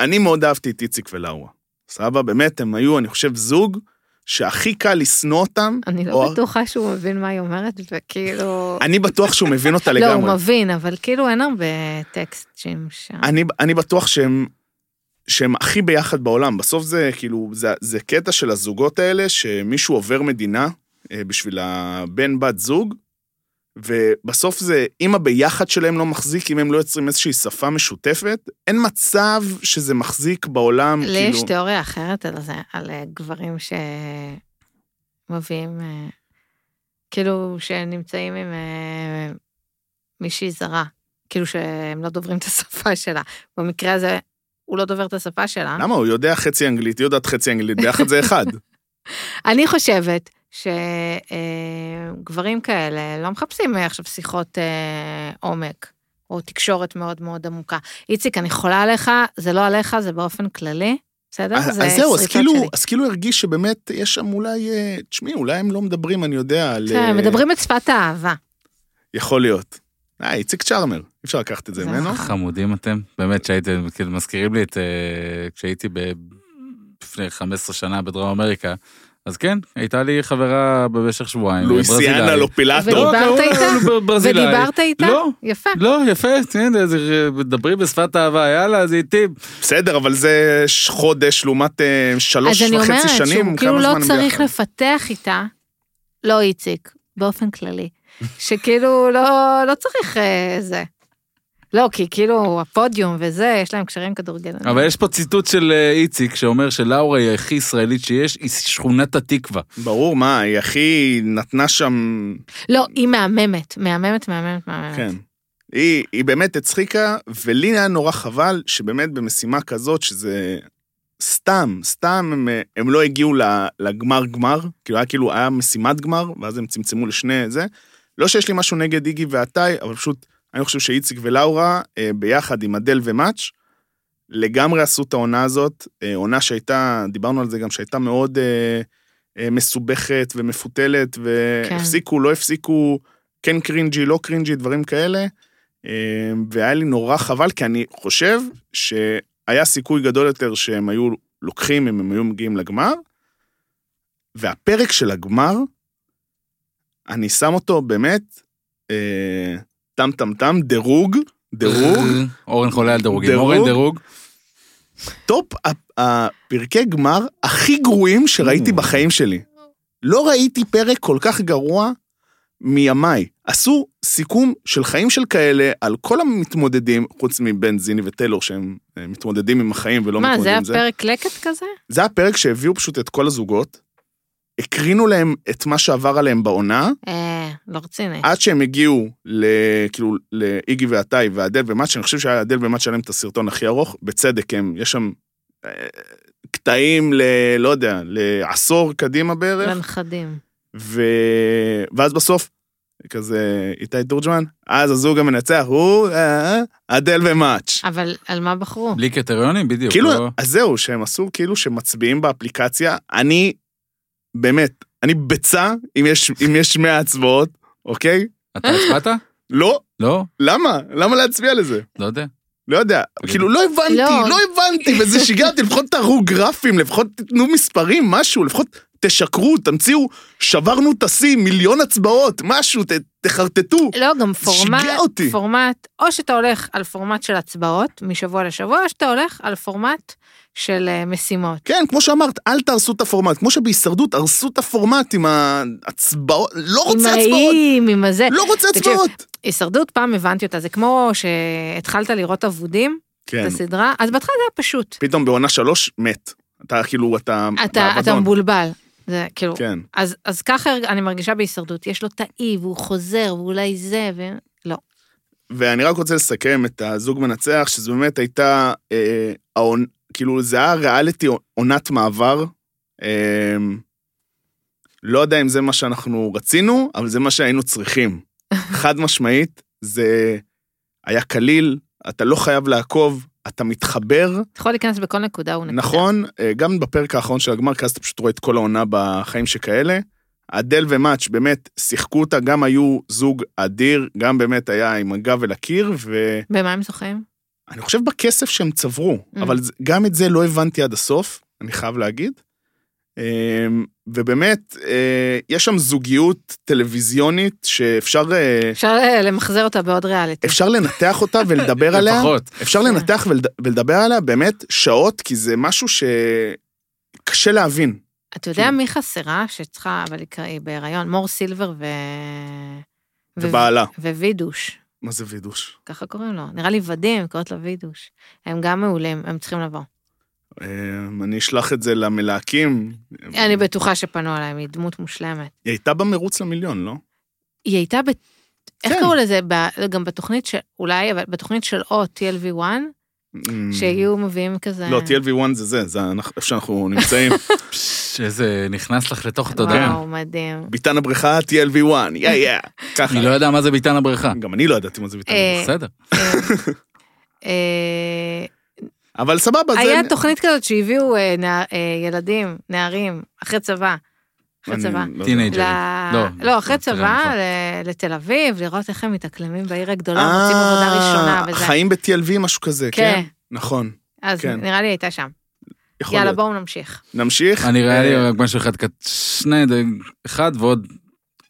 A: אני מאוד אהבתי את איציק ולאורה. סבבה, באמת, הם היו, אני חושב, זוג שהכי קל לשנוא אותם.
B: אני לא
A: או-
B: בטוחה שהוא מבין מה היא אומרת, וכאילו...
A: אני בטוח שהוא מבין אותה
B: לא, הוא
A: לגמרי.
B: מבין, אבל כאילו אין הרבה טקסטים שם.
A: אני, אני בטוח שהם, שהם הכי ביחד בעולם. בסוף זה כאילו, זה, זה קטע של הזוגות האלה, שמישהו עובר מדינה אה, בשביל הבן בת זוג, ובסוף זה, אם הביחד שלהם לא מחזיק, אם הם לא יוצרים איזושהי שפה משותפת, אין מצב שזה מחזיק בעולם,
B: לי
A: כאילו...
B: יש תיאוריה אחרת על זה, על אה, גברים שמביאים, אה, כאילו שנמצאים עם אה, מישהי זרה, כאילו שהם לא דוברים את השפה שלה. במקרה הזה, הוא לא דובר את השפה שלה.
A: למה? הוא יודע חצי אנגלית, היא יודעת חצי אנגלית, ביחד זה אחד.
B: אני חושבת שגברים כאלה לא מחפשים אה, עכשיו שיחות אה, עומק. או תקשורת מאוד מאוד עמוקה. איציק, אני חולה עליך, זה לא עליך, זה באופן כללי, בסדר?
A: אז
B: זה
A: אה, אז זהו, אז
B: שריטות
A: כאילו,
B: שלי.
A: אז כאילו הרגיש שבאמת יש שם אולי, אה, תשמעי, אולי הם לא מדברים, אני יודע, על...
B: כן,
A: אה,
B: מדברים את שפת האהבה.
A: יכול להיות. אה, איציק צ'ארמר, אי אפשר לקחת את זה
B: זה
A: ממנו.
B: נכון.
C: חמודים אתם, באמת שהייתם, כאילו מזכירים לי את... אה, כשהייתי ב... לפני 15 שנה בדרום אמריקה, אז כן, הייתה לי חברה במשך שבועיים,
A: לואיסיאנה
C: ברזילאית.
A: לא פילטו.
B: ודיברת
C: לא, קראו
B: איתה?
C: לנו ב- ברזילאית.
B: ודיברת איתה?
C: לא.
B: יפה.
C: לא, יפה, הנה, זה- מדברים בשפת אהבה, יאללה, זה איתי.
A: בסדר, אבל זה ש- חודש לעומת אה, שלוש
B: אז אני
A: וחצי
B: אומרת
A: שנים,
B: שהוא
A: כמה
B: כאילו לא
A: זמן הם
B: צריך
A: ביחד?
B: לפתח איתה, לא איציק, באופן כללי, שכאילו לא, לא צריך אה, זה. לא, כי כאילו הפודיום וזה, יש להם קשרים כדורגלנים.
C: אבל יש פה ציטוט של אה, איציק שאומר שלאורה היא הכי ישראלית שיש, היא שכונת התקווה.
A: ברור, מה, היא הכי נתנה שם...
B: לא, היא מהממת, מהממת, מהממת, מהממת.
A: כן. היא, היא באמת הצחיקה, ולי היה נורא חבל שבאמת במשימה כזאת, שזה סתם, סתם הם, אה, הם לא הגיעו ל- לגמר גמר, כאילו היה כאילו, היה משימת גמר, ואז הם צמצמו לשני זה. לא שיש לי משהו נגד איגי ועתאי, אבל פשוט אני חושב שאיציק ולאורה, אה, ביחד עם אדל ומאץ', לגמרי עשו את העונה הזאת. אה, עונה שהייתה, דיברנו על זה גם, שהייתה מאוד אה, אה, מסובכת ומפותלת, והפסיקו, לא הפסיקו, כן קרינג'י, לא קרינג'י, דברים כאלה. אה, והיה לי נורא חבל, כי אני חושב שהיה סיכוי גדול יותר שהם היו לוקחים אם הם היו מגיעים לגמר. והפרק של הגמר, אני שם אותו באמת, אה, טם טם טם, דירוג, דירוג,
C: אה, אורן חולה על דירוגים.
A: דירוג?
C: אורן דירוג.
A: טופ ה- הפרקי גמר הכי גרועים שראיתי
C: Mm.
A: בחיים שלי. לא ראיתי פרק כל כך גרוע מימיי. עשו סיכום של חיים של כאלה על כל המתמודדים, חוץ מבנזיני וטיילור שהם אה, מתמודדים עם החיים ולא
B: מה, זה
A: מתמודדים
B: היה
A: עם לא זה.
B: פרק לקט כזה?
A: זה היה פרק שהביאו פשוט את כל הזוגות, הקרינו להם את מה שעבר עליהם בעונה,
B: אה, לא רציני.
A: עד שהם הגיעו ל... כאילו, לאיגי ועתאי והדל ומאץ', אני חושב שהיה הדל ומאץ' שלהם את הסרטון הכי ארוך, בצדק, הם, יש שם אה, קטעים ל... לא יודע, לעשור קדימה
B: כן.
A: בערך,
B: לנכדים.
A: ו... ואז בסוף, כזה איתי תורג'מן, אז הזוג המנצח הוא אה, הדל ומאץ'.
B: אבל על מה בחרו?
C: בלי קריטריונים? בדיוק.
A: כאילו,
C: לא-
A: אז זהו, שהם עשו כאילו שמצביעים באפליקציה, אני, באמת, אני ביצה, אם יש- אם יש 100 הצבעות, אוקיי?
C: אתה הצבעת?
A: לא,
C: לא?
A: למה? למה להצביע לזה?
C: לא יודע.
A: לא יודע,
C: תגיד.
A: כאילו לא הבנתי,
B: לא.
A: לא הבנתי, וזה שיגע אותי, לפחות תראו גרפים, לפחות תיתנו מספרים, משהו, לפחות תשקרו, תמציאו, שברנו את השיא, מיליון הצבעות, משהו, ת- תחרטטו.
B: לא, גם פורמט,
A: שיגע אותי.
B: פורמט, או שאתה הולך על פורמט של הצבעות משבוע לשבוע, או שאתה הולך על פורמט של אה, משימות.
A: כן, כמו שאמרת, אל תהרסו את הפורמט, כמו שבהישרדות הרסו את הפורמט עם ההצבעות, לא רוצה
B: עם
A: הצבעות,
B: האיים, עם הזה.
A: לא רוצה
B: תקשיב,
A: הצבעות.
B: הישרדות, פעם הבנתי אותה, זה כמו שהתחלת לראות אבודים, את
A: כן,
B: הסדרה, אז בהתחלה זה היה פשוט.
A: פתאום בעונה שלוש, מת. אתה כאילו, אתה...
B: אתה, אתה
A: באבדון.
B: מבולבל. זה כאילו,
A: כן.
B: אז, אז ככה אני מרגישה בהישרדות, יש לו תאי והוא חוזר ואולי זה, ו...
A: ואני רק רוצה לסכם את הזוג מנצח, שזו באמת הייתה, אה, העונ... כאילו זה היה ריאליטי עונת מעבר. אה, לא יודע אם זה מה שאנחנו רצינו, אבל זה מה שהיינו צריכים. חד משמעית, זה היה קליל, אתה לא חייב לעקוב, אתה מתחבר,
B: אתה יכול להיכנס בכל נקודה, הוא נקודה.
A: נכון? אה, גם בפרק האחרון של הגמר, כי אז אתה פשוט רואה את כל העונה בחיים שכאלה. אדל ומאץ' באמת שיחקו אותה, גם היו זוג אדיר, גם באמת היה עם הגב אל הקיר, ו...
B: במה הם זוכרים?
A: אני חושב בכסף שהם צברו,
B: Mm.
A: אבל זה- גם את זה לא הבנתי עד הסוף, אני חייב להגיד. אמ, ובאמת, אה, יש שם זוגיות טלוויזיונית שאפשר אה,
B: אפשר אה, למחזר אותה בעוד ריאליטי.
A: אפשר לנתח אותה ולדבר עליה.
C: לפחות.
B: כן.
A: אפשר לנתח ולד- ולדבר עליה באמת שעות, כי זה משהו שקשה להבין.
B: אתה יודע
A: כן.
B: מי חסרה שצריכה, אבל היא כ- היא בהיריון? מור סילבר ו... ו-
A: ובעלה.
B: ווידוש,
A: מה זה וידוש?
B: ככה קוראים לו. נראה לי ודים, קוראת לו וידוש. הם גם מעולים, הם צריכים לבוא.
A: אמ, אני אשלח את זה למלהקים.
B: אני בטוחה שפנו עליהם, היא דמות מושלמת.
A: היא הייתה במרוץ למיליון, לא?
B: היא הייתה ב... איך
A: כן.
B: קראו לזה? ב- גם בתוכנית של, אולי, אבל בתוכנית של או TLV1, שהיו מביאים כזה...
A: Mm. לא, TLV1 זה זה, זה אנחנו- איפה שאנחנו נמצאים.
C: פש, איזה נכנס לך לתוך התודעה.
B: וואו, מדהים.
A: ביתן הבריכה, TLV1, יא יא. ככה.
C: אני לא יודע מה זה ביתן הבריכה.
A: גם אני לא ידעתי מה זה ביתן הבריכה.
B: אה,
C: בסדר.
B: אה,
A: אבל סבבה, זה...
B: היה תוכנית כזאת שהביאו אה, נע- אה, ילדים, נערים, אחרי צבא. אחרי
A: אני
B: צבא.
A: לא יודע.
C: טינג'רים.
B: ל-
C: לא,
B: לא, אחרי
C: זה גם
B: צבא
C: נכון.
B: ל- לתל אביב, לראות איך הם מתאקלמים בעיר הגדולה,
A: אה,
B: מוצאים עבודה ראשונה וזה.
A: חיים ב-TLV, משהו כזה,
B: כן,
A: כן? נכון.
B: אז
A: כן.
B: נראה לי הייתה שם.
A: יכול
B: יאללה,
A: להיות.
B: בואו נמשיך.
A: נמשיך.
C: אני ראה לי
A: אה,
C: רק משהו אחד קט... שני, ד- אחד ועוד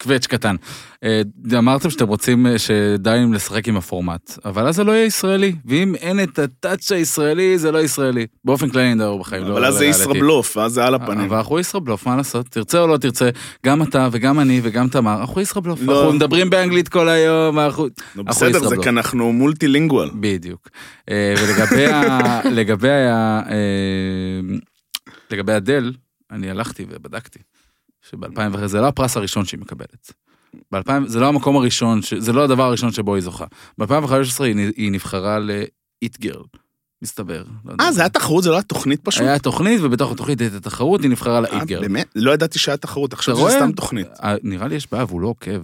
C: קווץ' קטן. אה, אמרתם שאתם רוצים אה, שדי עם לשחק עם הפורמט, אבל אז זה לא יהיה ישראלי, ואם אין את הטאץ' הישראלי, זה לא ישראלי. באופן כללי אני מדבר בחיים, לא
A: אבל אז זה
C: ריאליטי.
A: ישראבלוף, אז זה על הפנים.
C: אבל אנחנו ישראבלוף, מה לעשות? תרצה או לא תרצה, גם אתה וגם אני וגם תמר, אנחנו ישראבלוף.
A: לא.
C: אנחנו מדברים באנגלית כל היום, אנחנו...
A: נו,
C: אנחנו
A: בסדר, זה
C: ישראבלוף.
A: כי אנחנו מולטילינגואל.
C: בדיוק. אה, ולגבי ה... לגבי ה... אה, לגבי אדל, אני הלכתי ובדקתי, שב-2001 זה לא הפרס הראשון שהיא מקבלת. ב-2000, זה לא המקום הראשון, ש... זה לא הדבר הראשון שבו היא זוכה. ב-2015 היא, נ- היא נבחרה ל-It Girl, מסתבר. לא יודע.
A: אה, זה היה תחרות, זה לא היה תוכנית פשוט?
C: היה תוכנית, ובתוך התוכנית הייתה תחרות, היא נבחרה
A: אה,
C: ל-It Girl.
A: באמת? לא ידעתי שהיה תחרות, עכשיו
C: אתה
A: זה
C: רואה?
A: סתם תוכנית.
C: אה, נראה לי יש בעיה, והוא לא עוקב.
A: כן.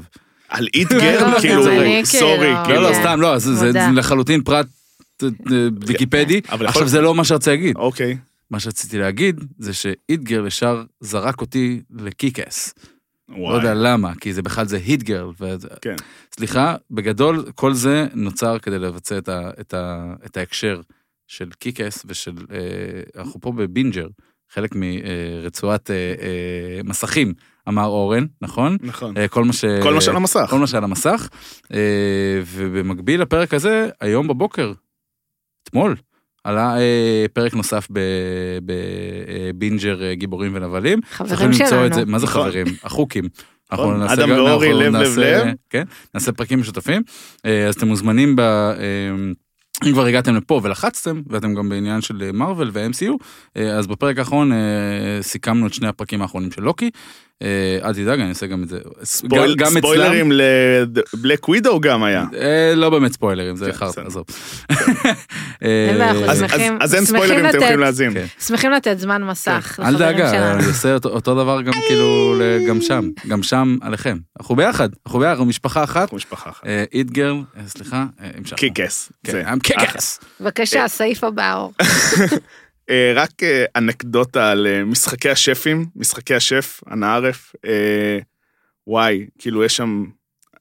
A: על איט
B: לא, לא,
A: גרם, כאילו,
B: זה אני
A: סורי,
B: כאילו-
C: לא,
A: כאילו.
C: לא, סתם, לא, זה- זה
B: מודה.
C: זה לחלוטין פרט אה, אה, ויקיפדי.
A: אבל יכול-
C: עכשיו, זה לא מה שרציתי להגיד.
A: אוקיי.
C: מה שרציתי להגיד זה שאיטגרל ישר זרק אותי לקיקאס. לא
A: וואי.
C: יודע למה, כי זה בכלל זה היטגרל. וזה-
A: כן.
C: סליחה, בגדול כל זה נוצר כדי לבצע את, ה, את, ה, את ההקשר של קיקאס ושל... אה, אנחנו פה בבינג'ר, חלק מרצועת אה, אה, מסכים, אמר אורן, נכון?
A: נכון.
C: אה, כל מה ש...
A: כל מה שעל המסך.
C: כל מה שעל לא המסך. אה, ובמקביל לפרק הזה, היום בבוקר, אתמול, עלה אה, פרק נוסף בבינג'ר אה, גיבורים ונבלים.
B: חברים
C: למצוא את
B: שלנו.
C: זה, מה זה
A: נכון.
C: חברים? החוקים.
A: נכון.
C: אנחנו נעשה
A: אדם
C: גם-
A: ואורי,
C: אנחנו
A: לב, לב,
C: נעשה-
A: לב.
C: כן, נעשה פרקים משותפים. אה, אז אתם מוזמנים ב... אה, אם כבר הגעתם לפה ולחצתם, ואתם גם בעניין של מרוויל ו-MCU, אה, אז בפרק האחרון אה, סיכמנו את שני הפרקים האחרונים של לוקי. אה, אל תדאג, אני אעשה גם את זה.
A: ספויל-
C: גם- גם אצלם-
A: ספוילרים לבלק ווידו גם היה.
C: אה, לא באמת ספוילרים, זה
A: כן,
C: חרטא,
A: בסדר. כן.
C: עזוב. אה,
B: אין בעיה, אנחנו
A: אז- אז-
B: שמחים-
A: אז אין
B: שמחים
A: ספוילרים, אתם
B: לתת.
A: יכולים להאזין.
C: כן.
B: שמחים לתת זמן מסך
C: אל
B: לחברים
C: דאגה,
B: שלנו.
C: אני עושה אותו- אותו דבר גם כאילו, ל- גם שם, גם שם עליכם. אנחנו ביחד, אנחנו ביחד, אנחנו משפחה אחת.
A: אנחנו משפחה אחת.
C: אה, איט גרל, אה, סליחה, אה, המשכנו.
A: קיקס. זה.
C: כן, I'm קיקס.
B: בבקשה, הסעיף הבא, אור.
A: אה, רק אה, אנקדוטה על אה, משחקי השפים, משחקי השף, הנערף. אה, וואי, כאילו יש שם,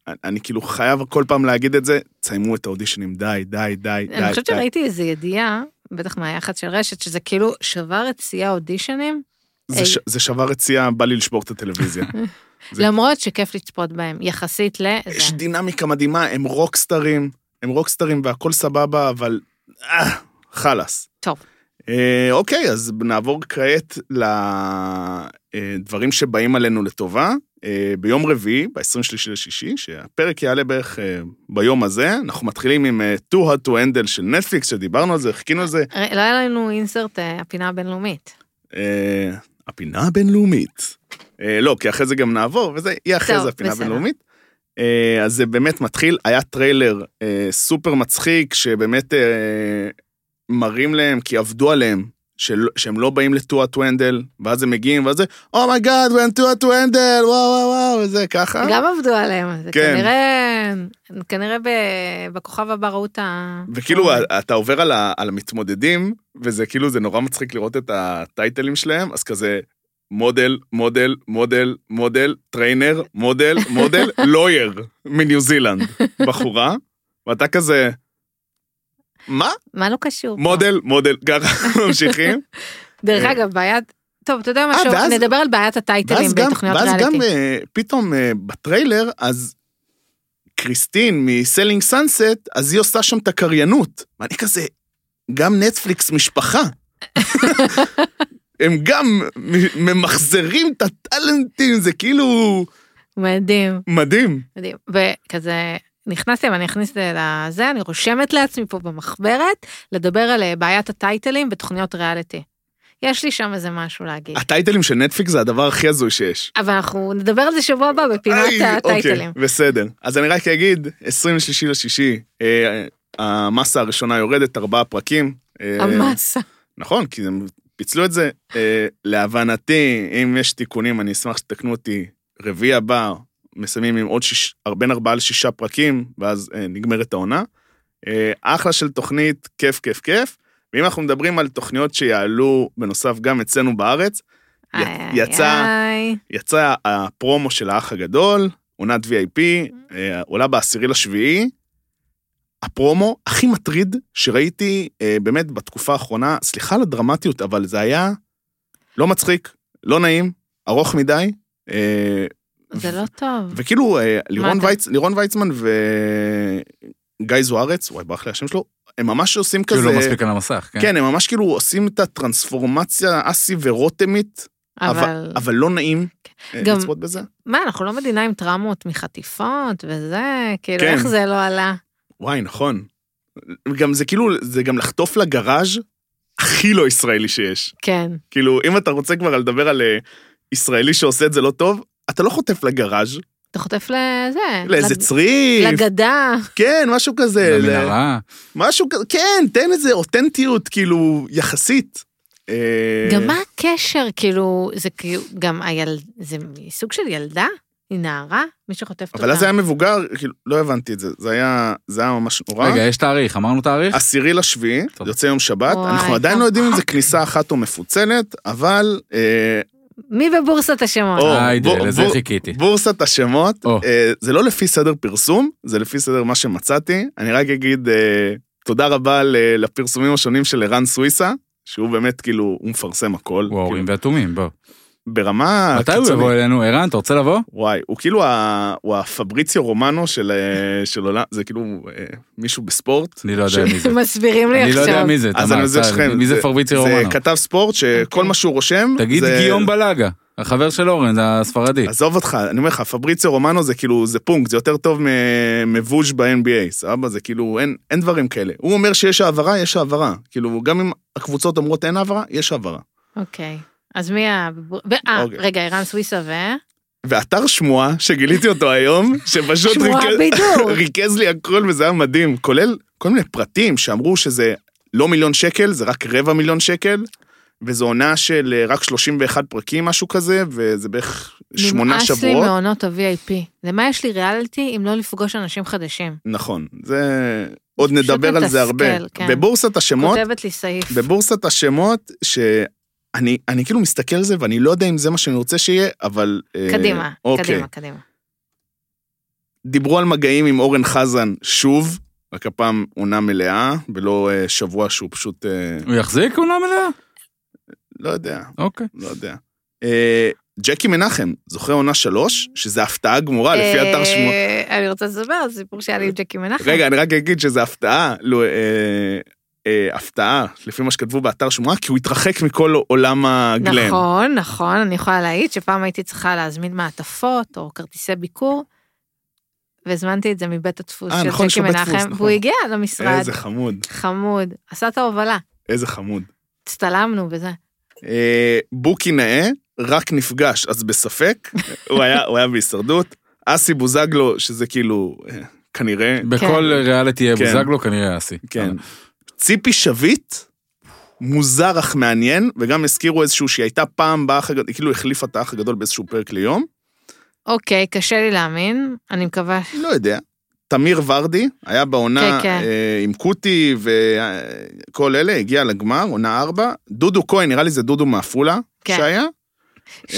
A: אני- אני כאילו חייב כל פעם להגיד את זה, תסיימו את האודישנים, די, די, די, די.
B: אני חושבת
A: די.
B: שראיתי איזו ידיעה, בטח מהיחד של רשת, שזה כאילו שבר את שיא האודישנים,
A: זה ש- זה שבר את שיא, בא לי לשבור את הטלוויזיה.
B: אוקיי.
A: זה-
B: למרות שכיף לצפות בהם, יחסית ל...
A: יש דינמיקה מדהימה, הם רוקסטרים, הם רוקסטרים והכל סבבה, אבל... אה, חלאס.
B: טוב.
A: אה, אוקיי, אז נעבור כעת לדברים שבאים עלינו לטובה. אה, ביום רביעי, ב-23 לשישי, שהפרק יעלה בערך אה, ביום הזה, אנחנו מתחילים עם אה, Too Hot to Handle של נטפליקס, שדיברנו על זה, חיכינו על זה.
B: לא היה לנו אינסרט אה, הפינה הבינלאומית.
A: אה, הפינה הבינלאומית. אה, לא, כי אחרי זה גם נעבור, וזה יהיה אחרי
B: טוב,
A: זה הפינה
B: בסדר.
A: הבינלאומית. אה, אז זה באמת מתחיל, היה טריילר אה, סופר מצחיק, שבאמת אה, מראים להם, כי עבדו עליהם, של, שהם לא באים לטועה טוונדל, ואז הם מגיעים, ואז זה, "Oh אומייגאד, ואין טועה טוונדל, וואו וואו וואו, וזה ככה.
B: גם עבדו עליהם, זה
A: אה? כן.
B: כנראה... כנראה ב- בכוכב הבא ראו את ה...
A: וכאילו,
B: נכון.
A: אה, אתה עובר על, ה, על המתמודדים, וזה כאילו, זה נורא מצחיק לראות את הטייטלים שלהם, אז כזה, מודל, מודל, מודל, מודל, טריינר, מודל, מודל, לויר מניו זילנד, בחורה, ואתה כזה, מה?
B: מה לא קשור? פה?
A: מודל, מודל, ככה ממשיכים.
B: דרך
A: אה.
B: אגב, בעיית... טוב, אתה יודע
A: אה,
B: משהו,
A: ואז-
B: נדבר על בעיית הטייטלים
A: ואז גם,
B: בתוכניות
A: ואז גם
B: ריאליטי.
A: אה, פתאום אה, בטריילר, אז קריסטין מסלינג סאנסט, אז היא עושה שם את הקריינות. ואני כזה, גם נטפליקס משפחה. הם גם מ- ממחזרים את הטאלנטים, זה כאילו
B: מדהים,
A: מדהים.
B: מדהים. וכזה... נכנסתי, ואני אכניס את זה לזה, אני רושמת לעצמי פה במחברת, לדבר על אה, בעיית הטייטלים בתוכניות ריאליטי. יש לי שם איזה משהו להגיד.
A: הטייטלים של נטפליקס זה הדבר הכי הזוי שיש.
B: אבל אנחנו נדבר על זה שבוע הבא בפינת
A: איי,
B: הטייטלים.
A: אוקיי, בסדר. אז אני רק אגיד, 23 לשישי, אה, המסה הראשונה יורדת, ארבעה פרקים. אה,
B: המסה.
A: נכון, כי הם פיצלו את זה. אה, להבנתי, אם יש תיקונים, אני אשמח שתתקנו אותי. רביעי הבא, מסיימים עם עוד שיש, בין ארבעה לשישה פרקים, ואז אה, נגמרת העונה. אה, אחלה של תוכנית, כיף, כיף, כיף. ואם אנחנו מדברים על תוכניות שיעלו בנוסף גם אצלנו בארץ, י-
B: איי,
A: יצא-
B: איי.
A: יצא הפרומו של האח הגדול, עונת VIP, אה, עולה בעשירי לשביעי. הפרומו הכי מטריד שראיתי אה, באמת בתקופה האחרונה, סליחה על הדרמטיות, אבל זה היה לא מצחיק, לא נעים, ארוך מדי. אה,
B: זה לא טוב.
A: וכאילו, אה, לירון,
B: אתה-
A: ויצ, לירון ויצמן וגיא זוארץ, וואי, ברח לי השם שלו, הם ממש עושים כזה...
C: כאילו לא מספיק על המסך, כן?
A: כן, הם ממש כאילו עושים את הטרנספורמציה אסי ורוטמית,
B: אבל...
A: אבל לא נעים אה,
B: גם-
A: לצפות בזה.
B: מה, אנחנו לא מדינה עם טראומות מחטיפות וזה, כאילו,
A: כן.
B: איך זה לא עלה?
A: וואי, נכון. גם זה כאילו, זה גם לחטוף לגראז' הכי לא ישראלי שיש.
B: כן.
A: כאילו, אם אתה רוצה כבר לדבר על אה, ישראלי שעושה את זה לא טוב, אתה לא חוטף לגראז',
B: אתה חוטף לזה.
A: לאיזה
B: לג-
A: צריף,
B: לגדה.
A: כן, משהו כזה. ל-
C: למנהרה.
A: משהו כזה, כן, תן איזה אותנטיות, כאילו, יחסית. אה,
B: גם מה הקשר, כאילו, זה כאילו, גם הילד, זה סוג של ילדה? היא נערה? מי שחוטפת אותה.
A: אבל אז היה מבוגר, כאילו, לא הבנתי את זה, זה היה, זה היה ממש נורא.
C: רגע, יש תאריך, אמרנו תאריך?
A: עשירי לשביעי,
C: טוב.
A: יוצא יום שבת,
B: וואי,
A: אנחנו עדיין
B: טוב.
A: לא יודעים אם זה כניסה אחת או מפוצלת, אבל אה,
B: מי בבורסת השמות?
A: או,
C: היידה,
A: בוא-
C: אה, לזה
A: בוא-
C: חיכיתי.
A: בורסת השמות,
C: או.
A: אה, זה לא לפי סדר פרסום, זה לפי סדר מה שמצאתי. אני רק אגיד אה, תודה רבה ל- לפרסומים השונים של ערן סוויסה, שהוא באמת כאילו, הוא מפרסם הכל.
C: הוא ההורים
A: כאילו, אה,
C: והתומים, בוא.
A: ברמה...
C: מתי הוא
A: קיצונית.
C: יבוא אלינו? ערן, אתה רוצה לבוא?
A: וואי, הוא כאילו ה- הוא הפבריציו רומנו של אה, של עולם, זה כאילו אה, מישהו בספורט.
C: אני לא יודע
A: ש-
C: מי זה.
B: מסבירים לי
C: אני לא יודע
B: עכשיו.
C: מי זה,
A: אז
C: תמר,
A: אני- זה
C: אתה-
A: שכן,
C: מי זה
A: זה-
C: פרביצי
A: זה
C: רומנו?
A: כתב ספורט שכל
B: אוקיי.
A: מה שהוא רשם...
C: תגיד
A: זה-
C: גיום בלאגה, החבר של אורן, זה הספרדי.
A: עזוב אותך, אני אומר לך, פבריציו רומנו זה כאילו, זה פונקט, זה יותר טוב מ- מבוז' ב-NBA, סבבה? זה כאילו, אין, אין דברים כאלה. הוא אומר שיש העברה, יש העברה. כאילו, גם אם הקבוצות אומרות אין העברה, יש העברה.
B: אוקיי. אז מי ה... ו- אה,
A: אוקיי.
B: רגע, ערן סוויסה ו...
A: ואתר שמועה, שגיליתי אותו היום, שפשוט
B: שמועה בידור.
A: ריכז לי הכל וזה היה מדהים, כולל כל מיני פרטים שאמרו שזה לא מיליון שקל, זה רק רבע מיליון שקל, וזו עונה של אה, רק 31 פרקים, משהו כזה, וזה בערך שמונה
B: נמאס לי
A: שבועות.
B: מעונות ה-VIP. למה יש לי ריאליטי אם לא לפגוש אנשים חדשים?
A: נכון, זה... עוד
B: פשוט
A: נדבר על זה הרבה.
B: מתסכל, כן.
A: בבורסת השמות,
B: כותבת לי סעיף.
A: בבורסת השמות, שאני אני כאילו מסתכל על זה ואני לא יודע אם זה מה שאני רוצה שיהיה, אבל... אה,
B: קדימה,
A: אוקיי.
B: קדימה, קדימה.
A: דיברו על מגעים עם אורן חזן שוב, רק הפעם עונה מלאה, ולא אה, שבוע שהוא פשוט... אה,
C: הוא יחזיק עונה מלאה?
A: לא יודע,
C: אוקיי.
A: לא יודע. אה, ג'קי מנחם, זוכר עונה שלוש? שזה הפתעה גמורה, לפי אתר שמוע...
B: אה, אני רוצה לספר על סיפור שהיה לי עם ג'קי מנחם.
A: רגע, אני רק אגיד שזה הפתעה, לא, אה, אה, הפתעה, לפי מה שכתבו באתר שמועה, כי הוא התרחק מכל עולם הגלם.
B: נכון, נכון, אני יכולה להעיד שפעם הייתי צריכה להזמין מעטפות או כרטיסי ביקור, והזמנתי את זה מבית הדפוס
A: אה,
B: של
A: נכון, יש
B: ג'קי
A: לו בית דפוס,
B: מנחם,
A: נכון.
B: והוא הגיע למשרד,
A: איזה חמוד,
B: חמוד, עשה את ההובלה,
A: איזה חמוד.
B: הצטלמנו וזה.
A: אה, בוקי נאה, רק נפגש, אז בספק, הוא היה, הוא היה בהישרדות. אסי בוזגלו, שזה כאילו, אה, כנראה,
B: כן.
C: בכל ריאליטי יהיה
A: כן.
C: בוזגלו כנראה אסי.
A: כן. ציפי שביט, מוזר אך מעניין, וגם הזכירו איזשהו שהיא הייתה פעם באח הגדול, היא כאילו החליפה את האח הגדול באיזשהו פרק ליום,
B: אוקיי, קשה לי להאמין, אני מקווה,
A: לא יודע. תמיר ורדי, היה בעונה
B: כן, כן.
A: אה, עם קוטי וכל אלה, הגיע לגמר, עונה ארבע. דודו כהן, נראה לי זה דודו מעפולה
B: כן.
A: שהיה. אה.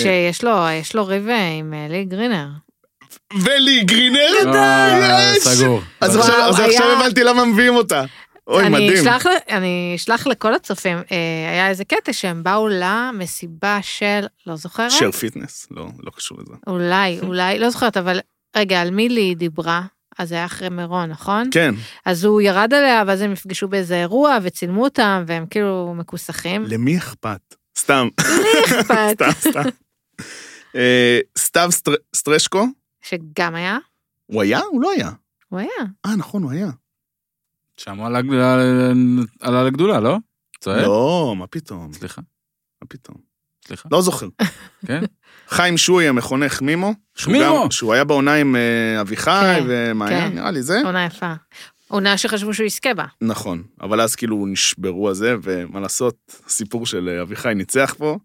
B: שיש לו, יש לו ריב עם אה, לי גרינר.
A: ולי גרינר,
C: אה,
A: יש!
C: סגור.
A: אז
B: וואו,
A: עכשיו, אז
B: היה-
A: עכשיו הבנתי למה מביאים אותה. אוי,
B: אני
A: מדהים.
B: אשלח, ל- אני אשלח לכל הצופים, אה, היה איזה קטע שהם באו למסיבה של, לא זוכרת?
A: שר פיטנס, לא, לא קשור לזה.
B: נכון. אולי, אולי, לא זוכרת, אבל רגע, על מי לי דיברה? אז זה היה אחרי מירון, נכון?
A: כן,
B: אז הוא ירד עליה, ואז הם נפגשו באיזה אירוע, וצילמו אותם, והם כאילו מכוסחים.
A: למי אכפת? סתם,
B: לי אכפת.
A: לא. סתם, סתם. אה, סתיו סטר- סטרשקו,
B: שגם היה?
A: הוא היה? הוא לא היה.
B: הוא היה.
A: אה, נכון, הוא היה.
C: שם הוא עלה עלה לגדולה, לא? צועק?
A: לא, מה פתאום,
C: סליחה,
A: מה פתאום.
C: סליחה.
A: לא זוכר.
C: כן.
A: חיים שוי, המחונך מימו. שהוא גם-
C: מימו!
A: שהוא היה בעונה עם אה, אביחי
B: כן,
A: ומאיה,
B: כן.
A: נראה לי זה.
B: עונה יפה. עונה שחשבו שהוא יזכה בה.
A: נכון, אבל אז כאילו נשברו על זה, ומה לעשות, הסיפור של אה, אביחי ניצח פה.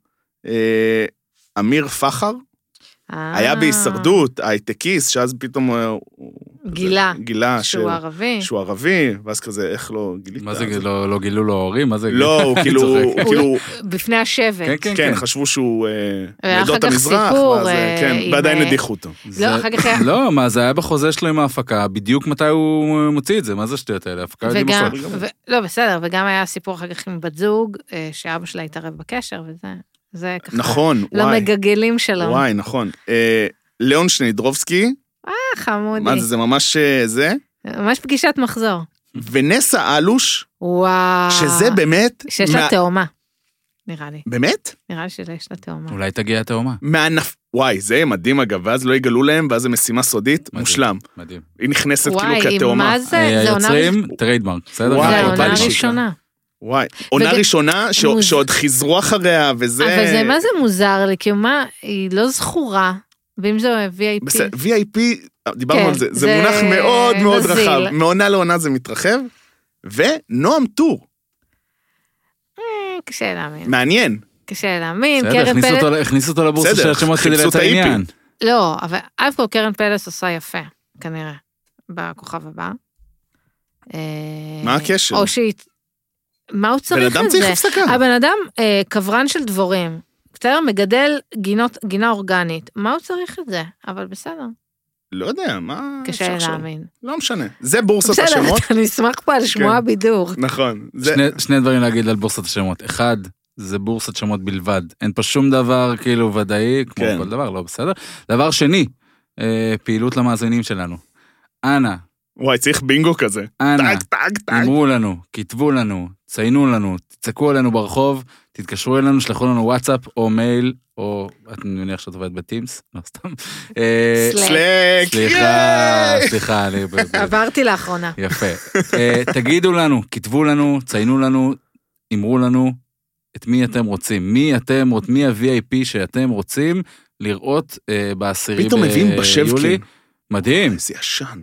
A: אה, אמיר פחר
B: אה,
A: היה בהישרדות, הייטקיסט, שאז פתאום אה, הוא...
B: גילה
A: כזה, גילה
B: שהוא
A: שהוא-
B: ערבי.
A: שהוא ערבי, ואז כזה, איך לא גילית?
C: מה זה, לא לא גילו לו הורים? מה זה?
A: לא, הוא
C: אני
A: כאילו,
C: צוחק.
A: הוא כאילו,
B: בפני השבט.
C: כן,
A: כן,
C: כן, כן.
A: חשבו שהוא אה,
B: והיה
A: מעדות
B: אחר כך
A: המזרח,
B: סיפור,
A: ואז, אה,
B: אה,
A: כן,
B: עם,
A: ועדיין
B: אה,
A: הדיחו אותו.
B: לא, אחר כך היה...
C: לא, מה זה היה בחוזה שלו עם ההפקה, בדיוק מתי הוא מוציא את זה, מה זה השטויות האלה? הפקה
B: וגם,
C: בסוף.
B: ו- לא בסדר, וגם היה סיפור אחר כך עם בת זוג, אה, שאבא שלה התערב בקשר וזה, זה ככה, לא
A: נכון, וואי,
B: למגגלים שלו,
A: וואי, נכון. אה, ליאון שנידרובסקי,
B: אה, חמודי,
A: מה זה, זה ממש אה, זה,
B: ממש פגישת מחזור,
A: ונסה אלוש,
B: וואו,
A: שזה באמת,
B: שיש
A: מה-
B: לה תאומה, נראה לי,
A: באמת?
B: נראה לי שיש לה תאומה,
C: אולי תגיע התאומה.
A: מהנפ... וואי, זה יהיה מדהים אגב, ואז לא יגלו להם, ואז זו משימה סודית,
C: מדהים.
A: מושלם.
C: מדהים.
A: היא נכנסת כאילו
B: וואי, עם
A: כתאומה.
B: מה זה, זה עונה ראש-
C: אה, יוצרים, טריידמרק, בסדר?
A: וואי,
B: זה
A: אותה
B: עונה
A: אישית.
B: ראשונה,
A: וואי, עונה
B: וגם-
A: ראשונה ש-
B: מוז-
A: שעוד חיזרו אחריה, וזה...
B: אבל זה מה זה מוזר לי, כי מה, היא לא זכורה, ואם זה VIP,
A: בסדר, VIP, דיברנו
B: כן,
A: על זה, זה
B: זה
A: מונח מאוד מאוד
B: נזיל.
A: רחב, מעונה לעונה זה מתרחב. ונועם טור,
B: אה, קשה להאמין,
A: מעניין,
B: קשה להאמין,
C: בסדר,
B: קרן
C: הכניסו
B: פלס,
C: אותו- הכניסו אותו לבורסה
A: בסדר,
C: של השמות כדי
A: חיפשו את
C: לייצר
A: האיפי.
C: עניין.
B: לא, אבל אף כל קרן פלס עושה יפה, כנראה, בכוכב הבא. אה,
A: מה הקשר?
B: או שהיא... מה הוא
A: בן
B: צריך
A: אדם
B: את
A: צריך
B: זה?
A: הפסקה.
B: הבן אדם אה, קברן של דבורים, בסדר? מגדל גינות, גינה אורגנית. מה הוא צריך את זה? אבל בסדר.
A: לא יודע, מה אפשר
B: קשה לי
A: לחשוב?
B: להאמין.
A: לא משנה. זה בורסת
B: בסדר,
A: השמות.
B: אני אשמח פה לשמוע
A: כן.
B: בידור.
A: נכון. זה-
C: שני, שני דברים להגיד על בורסת השמות. אחד, זה בורסת שמות בלבד. אין פה שום דבר כאילו ודאי, כמו
A: כן.
C: כל דבר, לא בסדר. דבר שני, אה, פעילות למאזינים שלנו. אנא,
A: וואי, צריך בינגו כזה.
C: אנא,
A: טאג, טאג, טאג.
C: אמרו לנו, כתבו לנו, ציינו לנו, תצעקו עלינו ברחוב, תתקשרו אלינו, שלחו לנו וואטסאפ או מייל, או את מניח שאת עובדת בטימס, לא סתם. אה,
B: סלאק.
A: סלאק.
C: סליחה,
A: ייי!
C: סליחה, אני... ב-
A: כן.
C: ב-
B: עברתי לאחרונה.
C: יפה. אה, תגידו לנו, כתבו לנו, ציינו לנו, אמרו לנו את מי אתם רוצים. מי אתם, רוצ- מי ה-VIP שאתם רוצים לראות אה, בעשירי
A: פתאום מביאים
C: ביולי.
A: בשבקין.
C: מדהים,
A: זה ישן.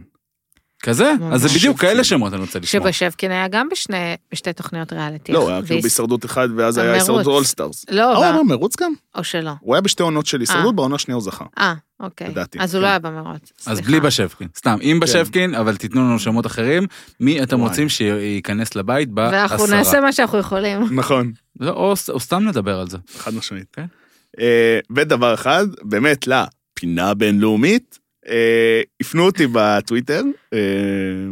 C: כזה. אז זה
B: ממש.
C: בדיוק כאלה שמות אני רוצה לשמוע.
B: שבשבקין היה גם בשני- בשתי תוכניות ריאליטי.
A: לא, הוא היה אה, כאילו
B: והס-
A: בהישרדות אחד, ואז היה
B: המרוץ.
A: הישרדות אולסטארס.
B: לא, אה.
A: הוא
B: אבל-
A: היה במרוץ גם?
B: או שלא.
A: הוא היה בשתי עונות של הישרדות, בעונה השנייה הוא זכה.
B: אה, אוקיי.
A: לדעתי,
B: אז הוא
A: כן.
B: לא היה במרוץ.
C: אז
B: סליחה.
C: בלי בשבקין, סתם, אם בשבקין, אבל תיתנו לנו שמות אחרים, מי אתם
A: וואי.
C: רוצים שייכנס לבית
B: ואנחנו
C: בעשרה.
B: נעשה מה שאנחנו יכולים.
A: נכון.
C: לא, או ס- או סתם נדבר על זה.
A: חד משמעית.
C: כן.
A: אה, ודבר אחד, באמת, לפינה בינלאומית, אה, הפנו אותי בטוויטר, אה,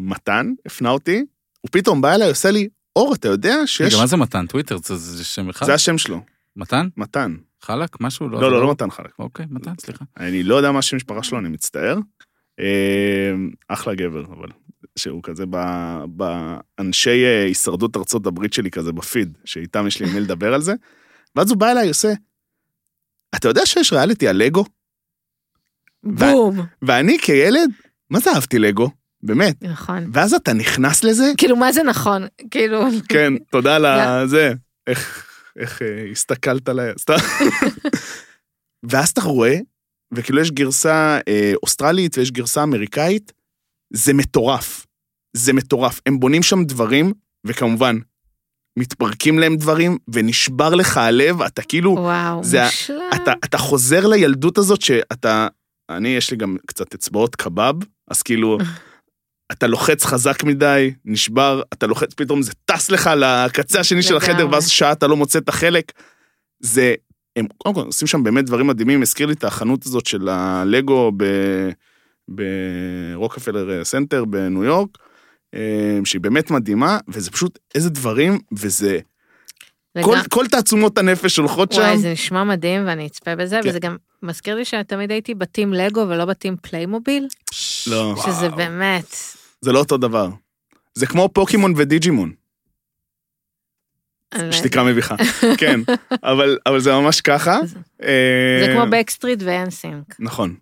A: מתן הפנה אותי, הוא פתאום בא אליי, עושה לי, אור, אתה יודע שיש...
C: רגע, מה זה מתן? טוויטר? זה- זה שם אחד?
A: זה השם שלו,
C: מתן?
A: מתן.
C: חלק? משהו?
A: לא, לא, לא מתן חלק.
C: אוקיי, מתן, סליחה.
A: אני לא יודע מה השם משפחה שלו, אני מצטער. אה, אחלה גבר, אבל, שהוא כזה ב- באנשי אה, הישרדות ארצות הברית שלי כזה בפיד, שאיתם יש לי עם מי לדבר על זה. ואז הוא בא אליי, עושה, אתה יודע שיש ריאליטי על לגו?
B: בום.
A: ואני כילד, מה זה אהבתי לגו? באמת.
B: נכון.
A: ואז אתה נכנס לזה?
B: כאילו, מה זה נכון? כאילו,
A: כן, תודה על זה. איך, איך אה, הסתכלת עליי, סתם. ואז אתה רואה, וכאילו יש גרסה אה, אוסטרלית ויש גרסה אמריקאית, זה מטורף. זה מטורף. הם בונים שם דברים, וכמובן, מתפרקים להם דברים, ונשבר לך הלב, אתה כאילו...
B: וואו,
A: זה ה-
B: מושלם.
A: אתה, אתה חוזר לילדות הזאת שאתה, אני יש לי גם קצת אצבעות קבב, אז כאילו, אתה לוחץ חזק מדי, נשבר, אתה לוחץ, פתאום זה טס לך לקצה השני של החדר,
B: לגמרי.
A: ואז שעה אתה לא מוצא את החלק. זה, הם קודם כל עושים שם באמת דברים מדהימים, הזכיר לי את החנות הזאת של הלגו ב... ברוקפלר סנטר בניו יורק, אה, שהיא באמת מדהימה, וזה פשוט איזה דברים, וזה,
B: לגמרי.
A: כל, כל תעצומות הנפש הולכות שם.
B: וואי, זה נשמע מדהים ואני אצפה בזה,
A: כן.
B: וזה גם מזכיר לי שתמיד הייתי בטים לגו ולא בטים פליימוביל,
A: לא.
B: שזה באמת,
A: זה לא אותו דבר. זה כמו פוקימון ודיג'ימון,
B: אני לא
A: שתיקה מביכה. כן, אבל, אבל זה ממש ככה. אה,
B: זה- זה כמו בקסטריט ואנסינק.
A: נכון,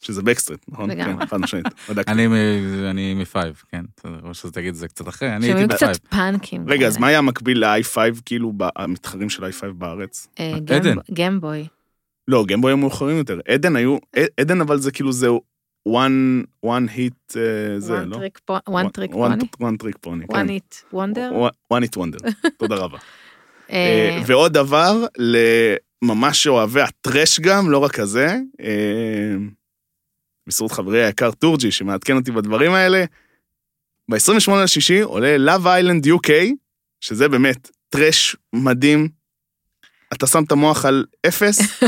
A: שזה בקסטריט, נכון?
B: לגמרי.
A: כן, חד משמעית. בדקתי.
C: אני מ- אני מפייב, כן. בסדר, או שזה תגיד את זה קצת אחרי, אני
B: שומעים
C: הייתי בפייב.
B: קצת פאנקים. כן.
A: רגע, אז
B: כאלה.
A: מה היה מקביל ל-i5, כאילו, ב- המתחרים של i5 בארץ?
B: אה,
C: עדן.
B: גמב- גמבוי.
A: לא, גמבוי היו מאוחרים יותר. עדן היו, ע- עדן אבל זה כאילו, זה one, one hit, אה, זה,
B: וואן
A: לא?
B: טריק פו- וואן טריק
A: One-
B: פוני.
A: one trick pony,
B: וואן
A: כן.
B: איט וונדר.
A: one hit wonder, תודה רבה. אה, ועוד דבר, לממש אוהבי הטרש גם, לא רק הזה, אה, בזכות חברי היקר טורג'י שמעדכן אותי בדברים האלה, ב-28 לשישי עולה Love Island UK, שזה באמת טרש מדהים. אתה שם את המוח על אפס,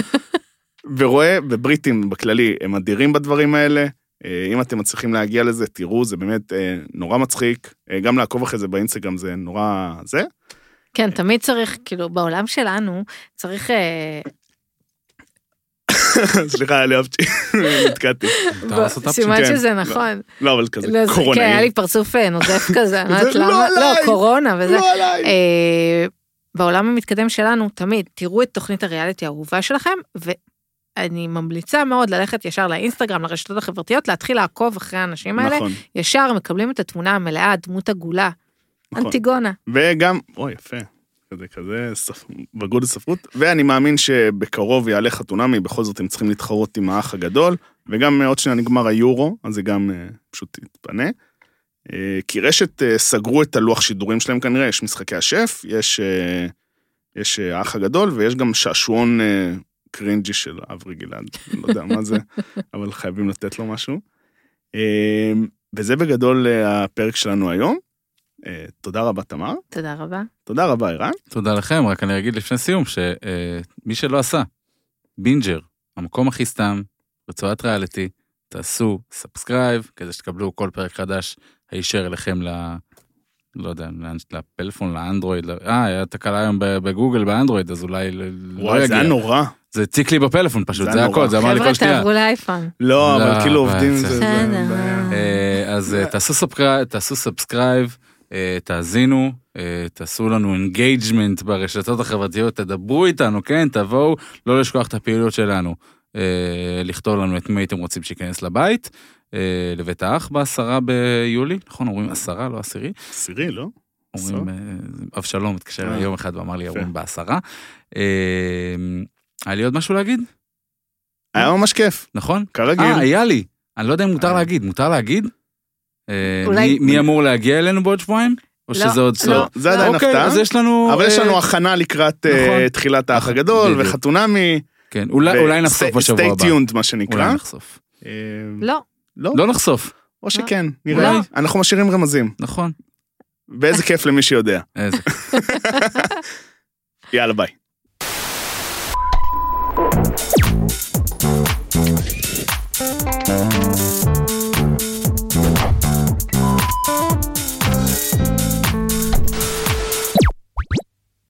A: ורואה, ובריטים בכללי הם אדירים בדברים האלה. אה, אם אתם מצליחים להגיע לזה, תראו, זה באמת אה, נורא מצחיק. אה, גם לעקוב אחרי זה באינסטגרם זה נורא זה.
B: כן, תמיד צריך, כאילו, בעולם שלנו, צריך... אה,
A: סליחה, אני אהבתי, נתקעתי.
C: מותר לעשות אפצ'י.
B: סימן
A: כן,
B: שזה
A: לא.
B: נכון.
A: לא, אבל כזה,
B: לא, זה-
A: קורונה.
B: כן, היה לי פרצוף אה, נוזף כזה, אני לא יודעת
A: זה לא
B: למה. לא,
A: עליי.
B: קורונה וזה.
A: לא עליי.
B: אה, בעולם המתקדם שלנו, תמיד, תראו את תוכנית הריאליטי האהובה שלכם, ואני ממליצה מאוד ללכת ישר לאינסטגרם, לרשתות החברתיות, להתחיל לעקוב אחרי האנשים האלה.
A: נכון,
B: ישר מקבלים את התמונה המלאה, דמות עגולה.
A: נכון.
B: אנטיגונה.
A: וגם, אוי, יפה. כזה כזה, ספ- בגרות לספרות. ואני מאמין שבקרוב יעלה חתונמי, בכל זאת הם צריכים להתחרות עם האח הגדול. וגם אה, עוד שניה נגמר היורו, אז זה גם אה, פשוט יתפנה. אה, כי רשת אה, סגרו את הלוח שידורים שלהם כנראה, יש משחקי השף, יש אה, יש אה, האח הגדול, ויש גם שעשועון אה, קרינג'י של אברי גלעד, לא יודע מה זה, אבל חייבים לתת לו משהו. אה, וזה בגדול אה, הפרק שלנו היום. אה, תודה רבה, תמר.
B: תודה רבה.
A: תודה רבה, ערן.
C: תודה לכם, רק אני אגיד לפני סיום, אה, שמי שלא עשה, בינג'ר, המקום הכי סתם, רצועת ריאליטי, תעשו סאבסקרייב, כדי שתקבלו כל פרק חדש הישר אליכם ל... לא יודע, לאן- לפלאפון, לאנדרואיד, ל- אה, היה תקלה היום ב- בגוגל באנדרואיד, אז אולי ל- לא
A: וואי, זה
C: יגיע.
A: היה נורא.
C: זה הציק לי בפלאפון פשוט,
A: זה
C: זה
A: היה נורא.
C: הכל, זה אמר לי
B: חבר'ה,
C: כל שנייה.
B: תעברו לאייפון.
A: לא,
C: לא,
A: אבל כאילו
C: אבל
A: עובדים,
C: בסדר.
A: זה... זה-
B: בסדר.
A: בעיה.
C: אה, אז אה, תעשו סאבסקרייב, תעשו סאבסקרייב, אה, תאזינו, אה, תעשו לנו אינגייג'מנט ברשתות החברתיות, תדברו איתנו, כן, תבואו, לא לשכוח את הפעילות שלנו. אה, לכתוב לנו את מי הייתם רוצים שייכנס לבית, אה, לבית האח בעשרה ביולי, נכון, אומרים עשרה, לא עשירי.
A: עשירי, לא?
C: אומרים, אה, אבשלום התקשר אליי
A: אה.
C: יום אחד ואמר לי,
A: יפה.
C: אומרים בעשרה. אה, היה לי עוד משהו להגיד,
A: היה ממש כיף,
C: נכון?
A: כרגיל.
C: אה, היה לי. אני לא יודע אם מותר
A: כאילו. אה.
C: להגיד, מותר להגיד? אה,
B: אולי-
C: מי- מי אמור להגיע אלינו בעוד שבועיים? או
B: לא,
C: שזה עוד
B: לא.
C: סוד?
A: זה עדיין
C: אוקיי,
A: הפתעה,
C: אז יש לנו...
A: אבל יש
C: אה,
A: לנו הכנה לקראת אה,
C: נכון.
A: תחילת האח
C: נכון,
A: הגדול,
C: בדיוק.
A: וחתונמי.
C: כן, אולי אולי נחשוף בשבוע הבא.
A: סטי טיונד, מה שנקרא.
C: אולי נחשוף.
A: אה,
B: לא,
A: לא,
C: לא נחשוף,
A: או שכן, נראה.
C: אולי.
A: אנחנו משאירים רמזים,
C: נכון.
A: ואיזה כיף למי שיודע.
C: איזה
A: יאללה, ביי.